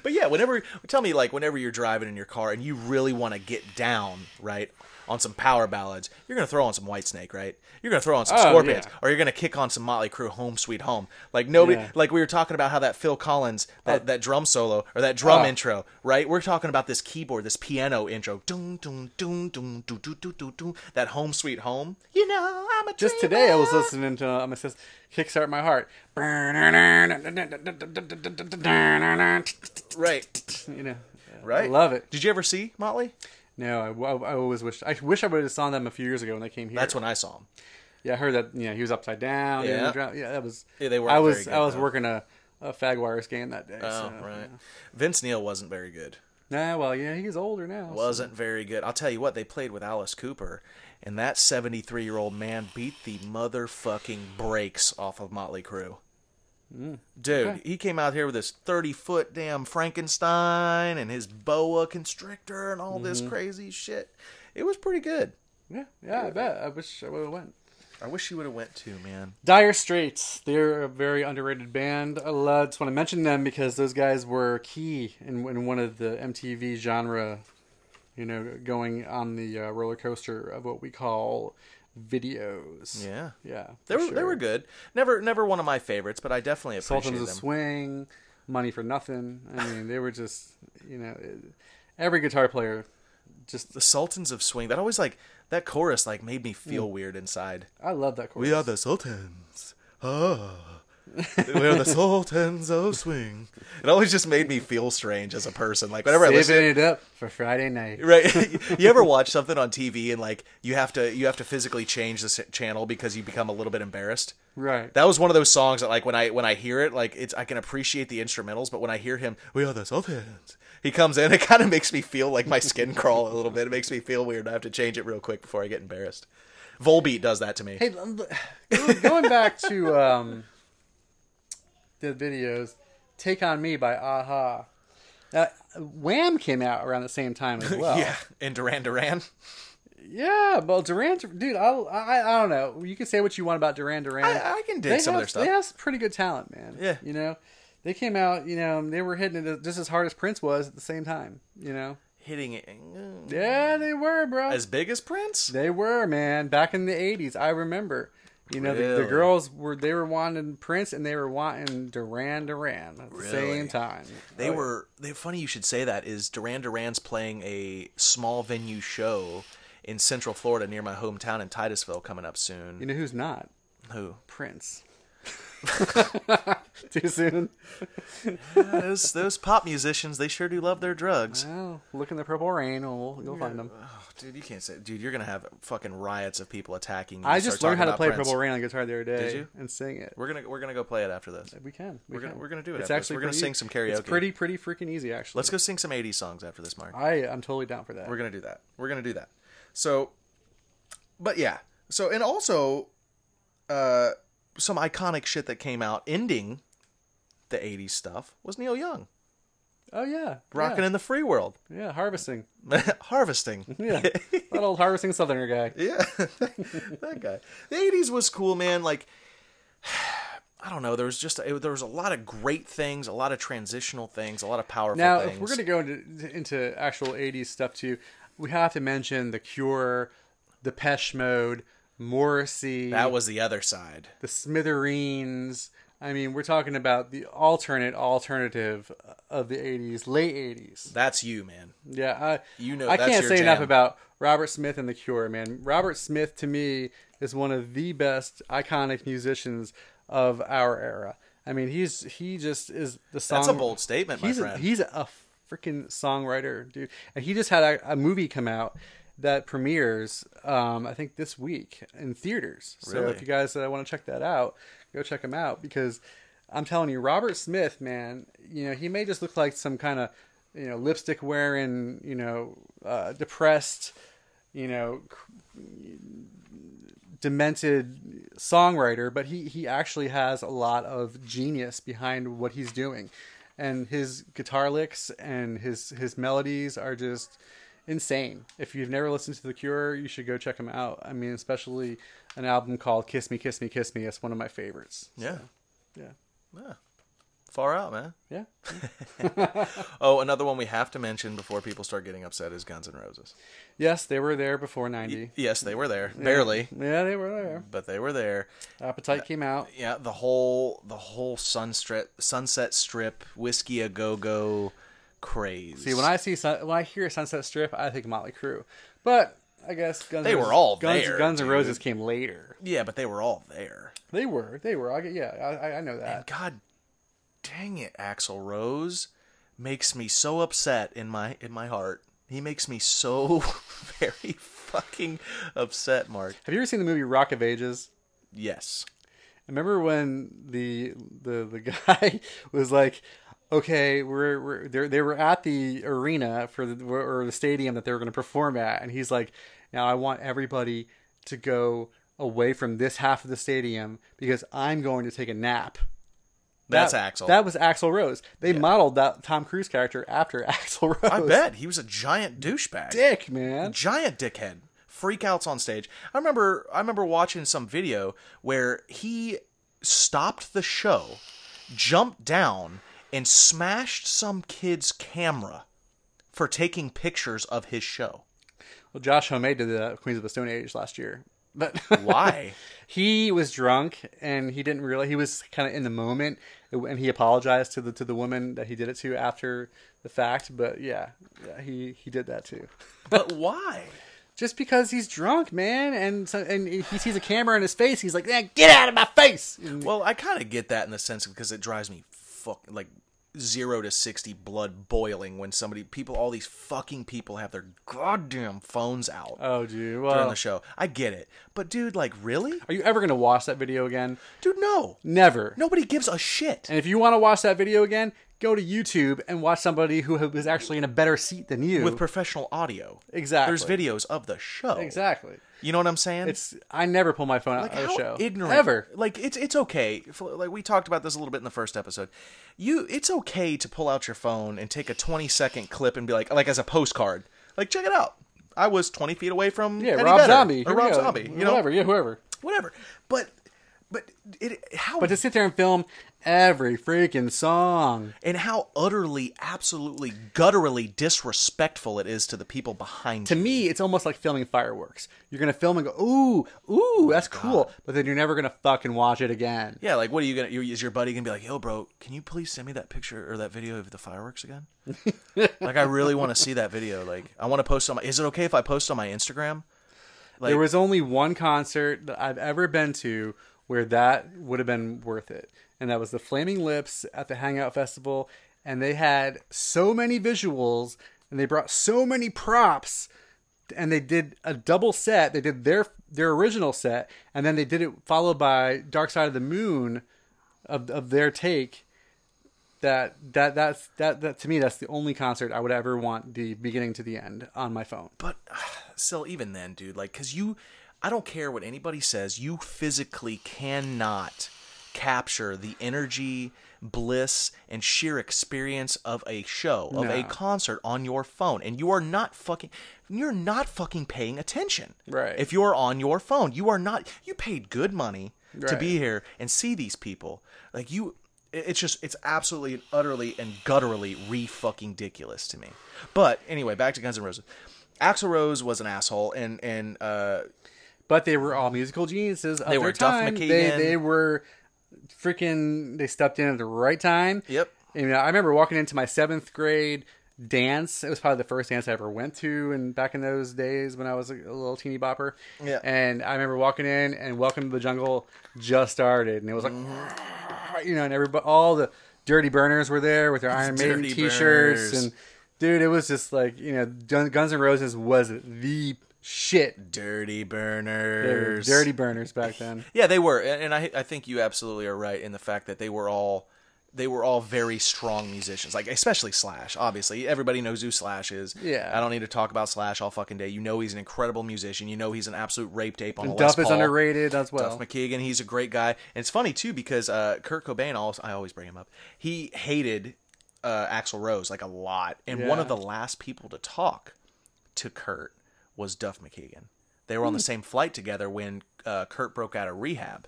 Speaker 2: But yeah, whenever tell me like whenever you're driving in your car and you really want to get down, right? On some power ballads, you're gonna throw on some Whitesnake, right? You're gonna throw on some
Speaker 3: Oh,
Speaker 2: Scorpions,
Speaker 3: yeah.
Speaker 2: or you're gonna kick on some Motley Crue, "Home Sweet Home." Like nobody,
Speaker 3: Yeah.
Speaker 2: like we were talking about how that Phil Collins, that, that drum solo or that drum
Speaker 3: Oh.
Speaker 2: intro, right? We're talking about this keyboard, this piano intro, doom doom doom doom doom doom doom doom, doom that "Home Sweet Home." You know, I'm a
Speaker 3: Just today, I was listening to um, it says "Kickstart My Heart." You
Speaker 2: right,
Speaker 3: know,
Speaker 2: right.
Speaker 3: I love it.
Speaker 2: Did you ever see Motley?
Speaker 3: No, I, I, I always wish I wish I would have saw them a few years ago when they came here.
Speaker 2: That's when I saw him.
Speaker 3: Yeah, I heard that. Yeah, he was upside down.
Speaker 2: Yeah.
Speaker 3: Yeah, yeah that was.
Speaker 2: Yeah, they weren't
Speaker 3: I was.
Speaker 2: very good,
Speaker 3: I was
Speaker 2: though.
Speaker 3: working a, a Fagwires game that day.
Speaker 2: Oh,
Speaker 3: so.
Speaker 2: right. Vince Neil wasn't very good.
Speaker 3: Nah, well, yeah, he's older now. so-
Speaker 2: Wasn't very good. I'll tell you what, they played with Alice Cooper, and that 73 year old man beat the motherfucking brakes off of Motley Crue.
Speaker 3: Mm.
Speaker 2: Dude, he came out here with his 30 foot damn Frankenstein and his boa constrictor and all
Speaker 3: Mm-hmm.
Speaker 2: this crazy shit. It was pretty good.
Speaker 3: Yeah, yeah, I bet. I wish I would have went.
Speaker 2: I wish you would have went too, man.
Speaker 3: Dire Straits. They're a very underrated band. I love, just want to mention them because those guys were key in, in one of the MTV genre, you know, going on the uh, roller coaster of what we call videos.
Speaker 2: Yeah.
Speaker 3: Yeah.
Speaker 2: They
Speaker 3: for
Speaker 2: were, they
Speaker 3: sure.
Speaker 2: were good. Never never one of my favorites, but I definitely
Speaker 3: Sultans
Speaker 2: appreciate
Speaker 3: of
Speaker 2: them.
Speaker 3: Swing, Money for Nothing. I mean, they were just, you know, it- every guitar player just,
Speaker 2: the Sultans of Swing. That always like that chorus like made me feel weird inside.
Speaker 3: I love that chorus.
Speaker 2: Mm. We are the sultans. Ah. We're the sultans of swing. It always just made me feel strange as a person. Like whenever I listen,
Speaker 3: Saving it up for Friday night.
Speaker 2: right? you ever watch something on TV and like you have to you have to physically change the s- channel because you become a little bit embarrassed.
Speaker 3: Right.
Speaker 2: That was one of those songs that like when I when I hear it, like it's I can appreciate the instrumentals, but when I hear him, we are the sultans. He comes in, it kind of makes me feel like my skin crawl a little bit. It makes me feel weird. I have to change it real quick before I get embarrassed. Volbeat does that to me.
Speaker 3: hey, l- l- going back to um, the videos, Take On Me by Aha. Uh,
Speaker 2: uh,
Speaker 3: Now, Wham came out around the same time as well.
Speaker 2: Yeah, and Duran Duran.
Speaker 3: Yeah, well, Duran, dude, I, I, I don't know. You can say what you want about Duran Duran.
Speaker 2: I- I can dig
Speaker 3: They
Speaker 2: some of
Speaker 3: have-
Speaker 2: their stuff.
Speaker 3: They have some pretty good talent, man.
Speaker 2: Yeah.
Speaker 3: you know, they came out, you know, and they were hitting it just as hard as Prince was at the same time. You know,
Speaker 2: Hitting it
Speaker 3: yeah, they were, bro.
Speaker 2: as big as Prince.
Speaker 3: They were, man. Back in the '80s, I remember. You know, the,
Speaker 2: Really?
Speaker 3: the girls were they were wanting Prince and they were wanting Duran Duran at the
Speaker 2: Really?
Speaker 3: same time.
Speaker 2: They
Speaker 3: Oh, yeah.
Speaker 2: were. They funny you should say that. Is Duran Duran's playing a small venue show in Central Florida near my hometown in Titusville coming up soon.
Speaker 3: You know who's not
Speaker 2: Who?
Speaker 3: Prince? Too soon.
Speaker 2: those those pop musicians. They sure do love their drugs.
Speaker 3: Oh, look in the purple rain, and we'll, you'll find them.
Speaker 2: Oh, dude, you can't say. Dude, you're gonna have fucking riots of people attacking. you.
Speaker 3: I
Speaker 2: and
Speaker 3: just
Speaker 2: start
Speaker 3: learned how
Speaker 2: talking
Speaker 3: to
Speaker 2: about
Speaker 3: play
Speaker 2: Prince.
Speaker 3: Purple Rain on guitar the other day
Speaker 2: you?
Speaker 3: and sing it.
Speaker 2: We're gonna we're gonna go play it after this.
Speaker 3: We can. We
Speaker 2: We're gonna-
Speaker 3: can.
Speaker 2: we're gonna do it
Speaker 3: It's
Speaker 2: after this.
Speaker 3: actually
Speaker 2: We're gonna
Speaker 3: pretty-
Speaker 2: sing some karaoke.
Speaker 3: It's pretty pretty freaking easy actually.
Speaker 2: Let's go sing some '80s songs after this, Mark.
Speaker 3: I I'm totally down for that.
Speaker 2: We're gonna do that. We're gonna do that. So, but yeah. So and also, uh, some iconic shit that came out ending the '80s stuff was Neil Young
Speaker 3: oh yeah,
Speaker 2: rocking in the free world,
Speaker 3: Yeah, yeah harvesting.
Speaker 2: harvesting.
Speaker 3: Yeah, that old harvesting southerner guy.
Speaker 2: Yeah, that guy. The '80s was cool, man. Like, I don't know. There was just it, there was a lot of great things, a lot of transitional things, a lot of powerful
Speaker 3: Now,
Speaker 2: things.
Speaker 3: if we're going to go into into actual '80s stuff too, we have to mention The Cure, The Pesh Mode, Morrissey,
Speaker 2: that was the other side.
Speaker 3: The Smithereens. I mean, we're talking about the alternate alternative of the '80s, late '80s.
Speaker 2: That's you, man.
Speaker 3: Yeah, I,
Speaker 2: You know
Speaker 3: I
Speaker 2: that's
Speaker 3: can't
Speaker 2: your
Speaker 3: say enough
Speaker 2: jam.
Speaker 3: about Robert Smith and The Cure, man. Robert Smith to me is one of the best iconic musicians of our era. I mean, he's he just is the song.
Speaker 2: That's a bold statement, my
Speaker 3: he's
Speaker 2: friend.
Speaker 3: A, he's a freaking songwriter, dude. And he just had a, a movie come out that premieres, um, I think this week in theaters. So
Speaker 2: Really?
Speaker 3: if you guys uh, want to check that out, go check him out because I'm telling you, Robert Smith, man, you know he may just look like some kind of you know lipstick wearing, you know, uh, depressed, you know, demented songwriter, but he he actually has a lot of genius behind what he's doing, and his guitar licks and his his melodies are just insane. If you've never listened to The Cure, you should go check him out. I mean, especially an album called "Kiss Me, Kiss Me, Kiss Me." It's one of my favorites.
Speaker 2: Yeah.
Speaker 3: Yeah,
Speaker 2: Yeah. Far out, man.
Speaker 3: yeah.
Speaker 2: Oh, another one we have to mention before people start getting upset is Guns N' Roses.
Speaker 3: Yes, they were there before '90.
Speaker 2: Yes, they were there. Barely,
Speaker 3: Yeah, they were there.
Speaker 2: but they were there.
Speaker 3: Appetite came out.
Speaker 2: Yeah, the whole the whole sunset sunset strip whiskey a go go craze.
Speaker 3: See, when I see sun, when I hear Sunset Strip, I think Motley Crue, but I guess Guns
Speaker 2: They
Speaker 3: N'
Speaker 2: were
Speaker 3: Roses-
Speaker 2: all
Speaker 3: Guns,
Speaker 2: there,
Speaker 3: Guns N'
Speaker 2: dude.
Speaker 3: Roses came later.
Speaker 2: yeah, but they were all there.
Speaker 3: They were, they were. I get, yeah, I, I- I know that.
Speaker 2: Uh, God dang it, Axel Rose makes me so upset in my in my heart. He makes me so very fucking upset, Mark.
Speaker 3: Have you ever seen the movie Rock of Ages?
Speaker 2: Yes.
Speaker 3: Remember when the the the guy was like, "Okay, we're, we're they they were at the arena for the or the stadium that they were going to perform at," and he's like, "Now I want everybody to go away from this half of the stadium because I'm going to take a nap."
Speaker 2: That's
Speaker 3: that,
Speaker 2: Axel.
Speaker 3: That was Axel Rose. They modeled that Tom Cruise character after Axel Rose.
Speaker 2: I bet he was a giant douchebag.
Speaker 3: Dick, man.
Speaker 2: giant dickhead freakouts on stage i remember i remember watching some video where he stopped the show jumped down and smashed some kid's camera for taking pictures of his show
Speaker 3: Well, Josh Homme did the Queens of the Stone Age last year, but
Speaker 2: why
Speaker 3: he was drunk and he didn't realize he was kind of in the moment, and he apologized to the to the woman that he did it to after the fact. But yeah, yeah he he did that too.
Speaker 2: but why
Speaker 3: Just because he's drunk, man, and so, and he sees a camera in his face, he's like, "Eh, "Get out of my face!" And-
Speaker 2: well i kind of get that in the sense because it drives me fuck like zero to 60 blood boiling when somebody people all these fucking people have their goddamn phones out
Speaker 3: oh, dude.
Speaker 2: during
Speaker 3: Well,
Speaker 2: the show i get it but dude like really
Speaker 3: are you ever gonna watch that video again?
Speaker 2: dude no
Speaker 3: Never.
Speaker 2: Nobody gives a shit.
Speaker 3: And if you want to watch that video again, go to YouTube and watch somebody who was actually in a better seat than you.
Speaker 2: With professional audio.
Speaker 3: Exactly.
Speaker 2: There's videos of the show.
Speaker 3: exactly.
Speaker 2: You know what I'm saying?
Speaker 3: It's I never pull my phone out
Speaker 2: like
Speaker 3: of
Speaker 2: how
Speaker 3: the show.
Speaker 2: ignorant.
Speaker 3: Ever.
Speaker 2: Like it's it's okay. F- Like we talked about this a little bit in the first episode. You it's okay to pull out your phone and take a 20 second clip and be like like as a postcard. Like check it out. I was 20 feet away from
Speaker 3: Yeah,
Speaker 2: Eddie
Speaker 3: Rob
Speaker 2: Vedder
Speaker 3: Zombie.
Speaker 2: or
Speaker 3: here we
Speaker 2: Rob
Speaker 3: go.
Speaker 2: Zombie, you know,
Speaker 3: whatever. Yeah, whoever.
Speaker 2: whatever. But but it how
Speaker 3: But to sit there and film every freaking song.
Speaker 2: and how utterly, absolutely, gutturally disrespectful it is to the people behind
Speaker 3: To me, it's almost like filming fireworks. You're gonna film and go, ooh, ooh, that's
Speaker 2: Oh
Speaker 3: cool, but then you're never gonna fucking watch it again.
Speaker 2: Yeah, like what are you gonna? you- Is your buddy gonna be like, "Yo, bro, can you please send me that picture or that video of the fireworks again? like, I really want to see that video. Like, I want to post on my. Is it okay if I post on my Instagram? Like,
Speaker 3: there was only one concert that I've ever been to where that would have been worth it, and that was the Flaming Lips at the Hangout Festival, and they had so many visuals and they brought so many props, and they did a double set. They did their their original set, and then they did it followed by Dark Side of the Moon, of of their take. That that that's that that to me that's the only concert I would ever want the beginning to the end on my phone.
Speaker 2: but still, even then, dude, like, cause you, I don't care what anybody says. You physically cannot capture the energy, bliss, and sheer experience of a show of a
Speaker 3: No.
Speaker 2: concert on your phone, and you are not fucking. You're not fucking paying attention.
Speaker 3: Right.
Speaker 2: If you're on your phone, you are not. You paid good money to
Speaker 3: Right.
Speaker 2: be here and see these people. Like you, it- it's just it's absolutely and utterly and gutturally re fucking ridiculous to me. But anyway, back to Guns N' Roses. Axl Rose was an asshole, and and uh,
Speaker 3: but they were all musical geniuses. Of
Speaker 2: They
Speaker 3: they
Speaker 2: were
Speaker 3: were
Speaker 2: Duff
Speaker 3: time.
Speaker 2: McKagan.
Speaker 3: They they were freaking. They stepped in at the right time.
Speaker 2: Yep.
Speaker 3: And uh, I remember walking into my seventh grade dance. It was probably the first dance I ever went to, and back in those days when I was a little teeny bopper.
Speaker 2: Yeah.
Speaker 3: And I remember walking in, and Welcome to the Jungle just started, and it was like,
Speaker 2: Mm-hmm.
Speaker 3: you know, and everybody, all the dirty burners were there with their Iron Maiden
Speaker 2: Dirty
Speaker 3: t-shirts,
Speaker 2: Burners.
Speaker 3: and dude, it was just like, you know, Gun- Guns N' Roses was the shit.
Speaker 2: dirty
Speaker 3: They were
Speaker 2: burners,
Speaker 3: dirty burners back then.
Speaker 2: Yeah, they were, and and I I think you absolutely are right in the fact that they were all they were all very strong musicians, like especially Slash. Obviously, everybody knows who Slash is.
Speaker 3: Yeah.
Speaker 2: I don't need to talk about Slash all fucking day. You know he's an incredible musician. You know he's an absolute rape tape on a Les
Speaker 3: Duff is
Speaker 2: Paul.
Speaker 3: underrated as well.
Speaker 2: Duff McKagan, he's a great guy, and it's funny too because uh, Kurt Cobain, also, I always bring him up. He hated uh, Axl Rose like a lot, and one
Speaker 3: Yeah.
Speaker 2: of the last people to talk to Kurt was Duff McKagan. They were on the same
Speaker 3: Hmm.
Speaker 2: flight together when uh, Kurt broke out of rehab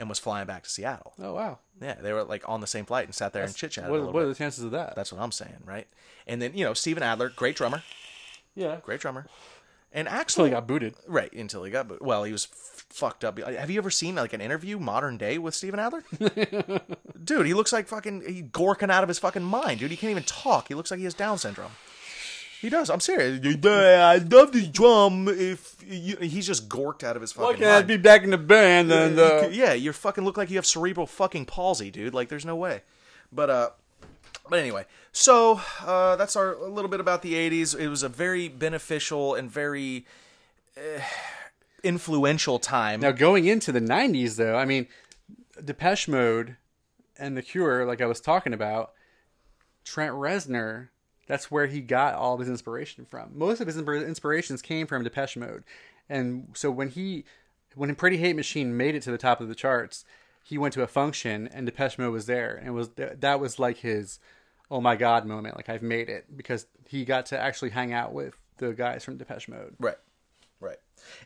Speaker 2: and was flying back to Seattle.
Speaker 3: oh wow!
Speaker 2: Yeah, they were like on the same flight and sat there and chit chatted a little
Speaker 3: What, what are
Speaker 2: bit.
Speaker 3: the chances of that?
Speaker 2: That's what I'm saying, right? And then you know Steven Adler, great drummer,
Speaker 3: yeah,
Speaker 2: great drummer, and Axl
Speaker 3: totally got booted.
Speaker 2: Right until he got, but well, he was f- fucked up. Have you ever seen like an interview modern day with Steven Adler? dude, he looks like fucking he gorking out of his fucking mind, dude. He can't even talk. He looks like he has Down syndrome. He does. I'm serious. I love the drum. If you, he's just gorked out of his fucking mind.
Speaker 3: back in the band and
Speaker 2: You could- yeah, you fucking look like you have cerebral fucking palsy, dude. Like, there's no way. But uh, but anyway, so uh, that's our a little bit about the '80s. It was a very beneficial and very eh, influential time.
Speaker 3: now going into the '90s, though, I mean, Depeche Mode and The Cure, like I was talking about, Trent Reznor. That's where he got all of his inspiration from. Most of his inspir- inspirations came from Depeche Mode, and so when he, when Pretty Hate Machine made it to the top of the charts, he went to a function and Depeche Mode was there, and it was that was like his, oh my god moment. Like I've made it because he got to actually hang out with the guys from Depeche Mode.
Speaker 2: Right. Right.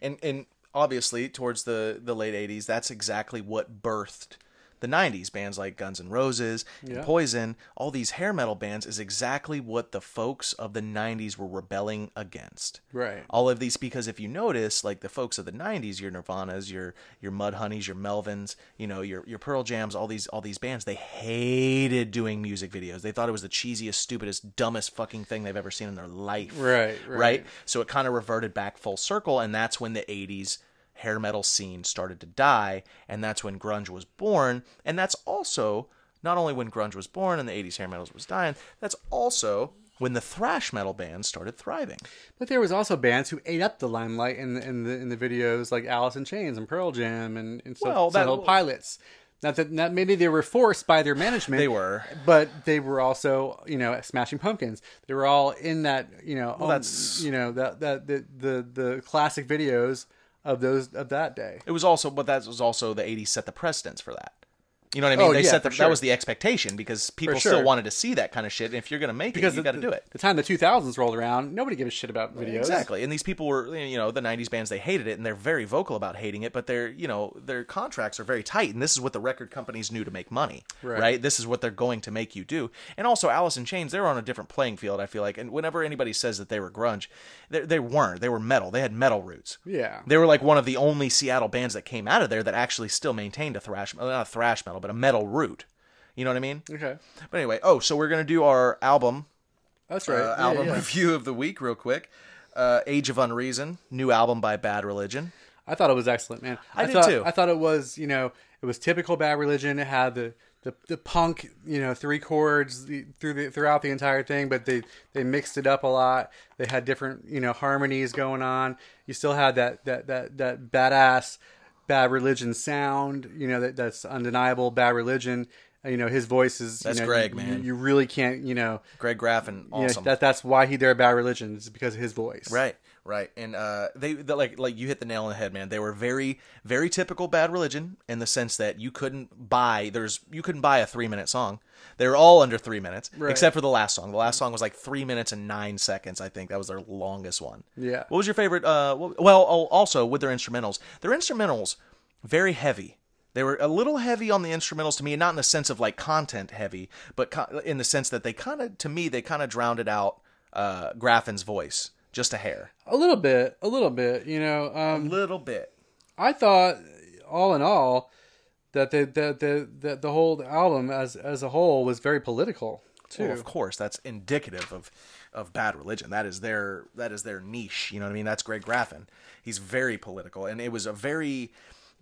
Speaker 2: And and obviously towards the the late 80s that's exactly what birthed the 90s bands like Guns N' Roses and
Speaker 3: Yeah.
Speaker 2: Poison, all these hair metal bands is exactly what the folks of the 90s were rebelling against.
Speaker 3: Right.
Speaker 2: All of these because if you notice like the folks of the 90s your Nirvanas, your your Mudhoneys, your Melvins, you know, your your Pearl Jams, all these all these bands they hated doing music videos. They thought it was the cheesiest, stupidest, dumbest fucking thing they've ever seen in their life
Speaker 3: Right, right.
Speaker 2: right? So it kind of reverted back full circle, and that's when the 80s hair metal scene started to die, and that's when grunge was born, and that's also not only when grunge was born and the 80s hair metal was dying, that's also when the thrash metal bands started thriving.
Speaker 3: But there was also bands who ate up the limelight in the, in the in the videos like Alice in Chains and Pearl Jam and and so,
Speaker 2: Well, that-
Speaker 3: Silent Pilots. Not that not, maybe they were forced by their management.
Speaker 2: They were.
Speaker 3: but they were also you know Smashing Pumpkins. They were all in that you know oh,
Speaker 2: that's-
Speaker 3: you know that that the, the the classic videos of those of that day.
Speaker 2: It was also, but that was also the 80s set the precedence for that. You know what I mean?
Speaker 3: Oh,
Speaker 2: they
Speaker 3: yeah,
Speaker 2: set
Speaker 3: for
Speaker 2: the,
Speaker 3: sure.
Speaker 2: that was the expectation because people still
Speaker 3: sure.
Speaker 2: wanted to see that kind of shit. And if you're going to make
Speaker 3: because
Speaker 2: it, you got to do it.
Speaker 3: The time the 2000s rolled around, nobody gave a shit about videos.
Speaker 2: Exactly. And these people were, you know, the 90s bands, they hated it and they're very vocal about hating it, but they're, you know, their contracts are very tight. And this is what the record companies knew to make money, right?
Speaker 3: Right.
Speaker 2: This is what they're going to make you do. And also, Alice in Chains, they're on a different playing field, I feel like. And whenever anybody says that they were grunge, they, they weren't. They were metal. They had metal roots.
Speaker 3: Yeah.
Speaker 2: They were like one of the only Seattle bands that came out of there that actually still maintained a thrash, uh, not a thrash metal, but a metal root. You know what I mean?
Speaker 3: Okay.
Speaker 2: But anyway, oh, so we're going to do our album
Speaker 3: That's right.
Speaker 2: uh,
Speaker 3: Yeah,
Speaker 2: album
Speaker 3: yeah.
Speaker 2: review of the week real quick. Uh, Age of Unreason, new album by Bad Religion.
Speaker 3: I thought it was excellent, man.
Speaker 2: I did
Speaker 3: thought,
Speaker 2: too.
Speaker 3: I thought it was, you know, it was typical Bad Religion. It had the the, the punk, you know, three chords the, through the, throughout the entire thing, but they they mixed it up a lot. They had different, you know, harmonies going on. You still had that that that that badass Bad Religion sound, you know, that that's undeniable Bad Religion. Uh, You know, his voice is
Speaker 2: That's
Speaker 3: you know,
Speaker 2: Greg,
Speaker 3: you-
Speaker 2: man.
Speaker 3: You really can't, you know,
Speaker 2: Greg Graffin,
Speaker 3: you know,
Speaker 2: awesome.
Speaker 3: that that's why he there Bad Religion is because of his voice.
Speaker 2: right, right. And uh, they they- like like you hit the nail on the head, man. They were very very typical Bad Religion in the sense that you couldn't buy there's you couldn't buy a three minute song. They were all under three minutes,
Speaker 3: Right.
Speaker 2: except for the last song. The last song was like three minutes and nine seconds. I think that was their longest one.
Speaker 3: Yeah.
Speaker 2: What was your favorite? Uh, what- well, oh, also with their instrumentals, their instrumentals very heavy. They were a little heavy on the instrumentals to me, not in the sense of like content heavy, but co- in the sense that they kind of, to me, they kind of drowned out uh, Graffin's voice just a hair,
Speaker 3: A little bit, a little bit, you know. Um
Speaker 2: little bit.
Speaker 3: I thought, all in all, that the the the the, the whole album as as a whole was very political too.
Speaker 2: Well, of course, that's indicative of of bad religion. That is their that is their niche. You know what I mean? That's Greg Graffin. He's very political, and it was a very.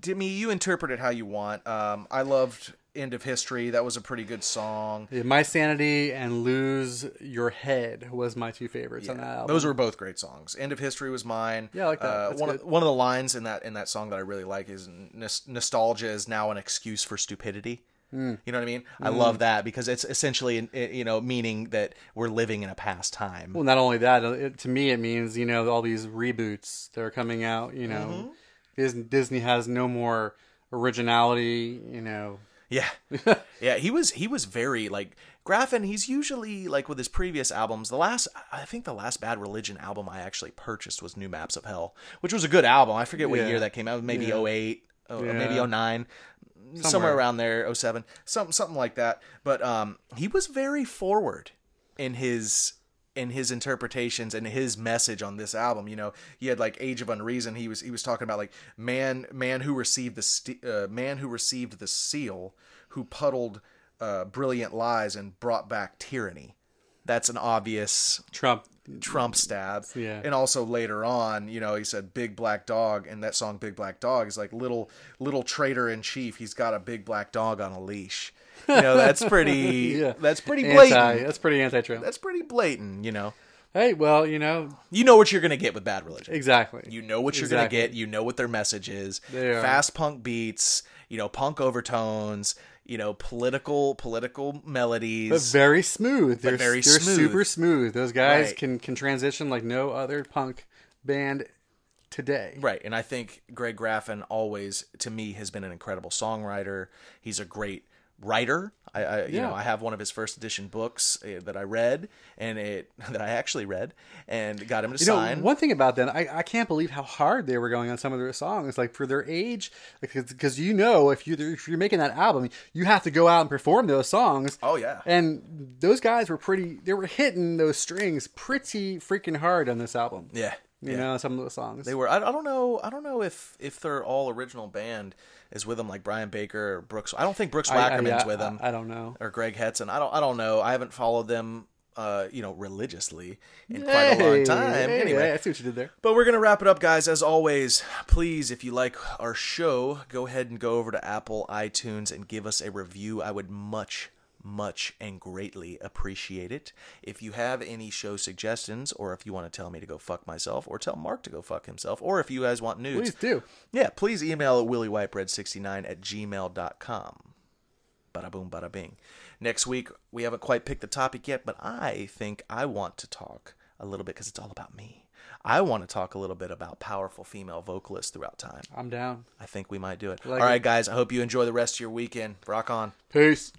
Speaker 2: To me, you interpret it how you want. Um, I loved End of History. That was a pretty good song.
Speaker 3: Yeah, My sanity and lose your head was my two favorites on that album.
Speaker 2: Those were both great songs. End of History was mine.
Speaker 3: Yeah, I like that.
Speaker 2: Uh,
Speaker 3: That's
Speaker 2: one of
Speaker 3: good.
Speaker 2: one of the lines in that in that song that I really like is "Nos- nostalgia is now an excuse for stupidity.
Speaker 3: Hmm.
Speaker 2: You know what I mean? I love that because it's essentially eh, you know meaning that we're living in a past time.
Speaker 3: well, not only that, it, to me it means you know all these reboots that are coming out. You know,
Speaker 2: Mm-hmm.
Speaker 3: Disney, Disney has no more originality. You know,
Speaker 2: Yeah. yeah, he was he was very like Graffin, he's usually like with his previous albums. The last I think the last Bad Religion album I actually purchased was New Maps of Hell, which was a good album. I forget what
Speaker 3: Yeah.
Speaker 2: year that came out, maybe
Speaker 3: Yeah.
Speaker 2: oh eight, oh
Speaker 3: Yeah.
Speaker 2: maybe 09. Somewhere.
Speaker 3: Somewhere.
Speaker 2: around there, 07, some something like that. But um he was very forward in his in his interpretations and his message on this album. You know, he had like Age of Unreason. He was he was talking about like man man who received the st- uh, man who received the seal, who puddled uh, brilliant lies and brought back tyranny. That's an obvious
Speaker 3: Trump.
Speaker 2: Trump stab.
Speaker 3: Yeah.
Speaker 2: And also later on, you know, he said big black dog and that song Big Black Dog is like little little traitor in chief. He's got a big black dog on a leash. You know, that's pretty
Speaker 3: Yeah,
Speaker 2: that's pretty blatant.
Speaker 3: anti. That's pretty anti-Trump.
Speaker 2: That's pretty blatant, you know.
Speaker 3: Hey, well, you know,
Speaker 2: You know what you're going to get with Bad Religion.
Speaker 3: exactly.
Speaker 2: You know what you're
Speaker 3: Exactly.
Speaker 2: going to get. You know what their message is.
Speaker 3: They are.
Speaker 2: Fast punk beats, you know, punk overtones, you know, political political
Speaker 3: but
Speaker 2: melodies.
Speaker 3: very smooth. They're,
Speaker 2: very
Speaker 3: they're
Speaker 2: smooth.
Speaker 3: super smooth. Those guys
Speaker 2: Right.
Speaker 3: can can transition like no other punk band today.
Speaker 2: Right, and I think Greg Graffin always, to me, has been an incredible songwriter. He's a great writer. I, I you
Speaker 3: Yeah.
Speaker 2: know, I have one of his first edition books uh, that I read, and it that I actually read, and got him to
Speaker 3: You know,
Speaker 2: sign.
Speaker 3: one thing about them, I, I can't believe how hard they were going on some of their songs. Like for their age, because you know, if you if you're making that album, you have to go out and perform those songs.
Speaker 2: Oh, yeah.
Speaker 3: and those guys were pretty. They were hitting those strings pretty freaking hard on this album.
Speaker 2: Yeah,
Speaker 3: you know, some of the songs.
Speaker 2: They were. I, I don't know. I don't know if if their all original band is with them, like Brian Baker or Brooks. I don't think Brooks
Speaker 3: I- I-
Speaker 2: Wackerman's
Speaker 3: yeah,
Speaker 2: with them
Speaker 3: I, I don't know.
Speaker 2: or Greg Hetson. I don't. I don't know. I haven't followed them. Uh, you know, religiously in quite a long
Speaker 3: Hey,
Speaker 2: time.
Speaker 3: hey,
Speaker 2: anyway,
Speaker 3: I see what you did there.
Speaker 2: But we're going to wrap it up, guys. As always, please, if you like our show, go ahead and go over to Apple, iTunes, and give us a review. I would much, much, and greatly appreciate it. If you have any show suggestions, or if you want to tell me to go fuck myself, or tell Mark to go fuck himself, or if you guys want nudes,
Speaker 3: Please do.
Speaker 2: yeah, please email at willywhitebread69 at gmail.com. Bada boom, bada bing. Next week, we haven't quite picked the topic yet, but I think I want to talk a little bit because it's all about me. I want to talk a little bit about powerful female vocalists throughout time.
Speaker 3: I'm down.
Speaker 2: I think we might do it.
Speaker 3: Like
Speaker 2: all right,
Speaker 3: it.
Speaker 2: guys. I hope you enjoy the rest of your weekend. Rock on.
Speaker 3: Peace.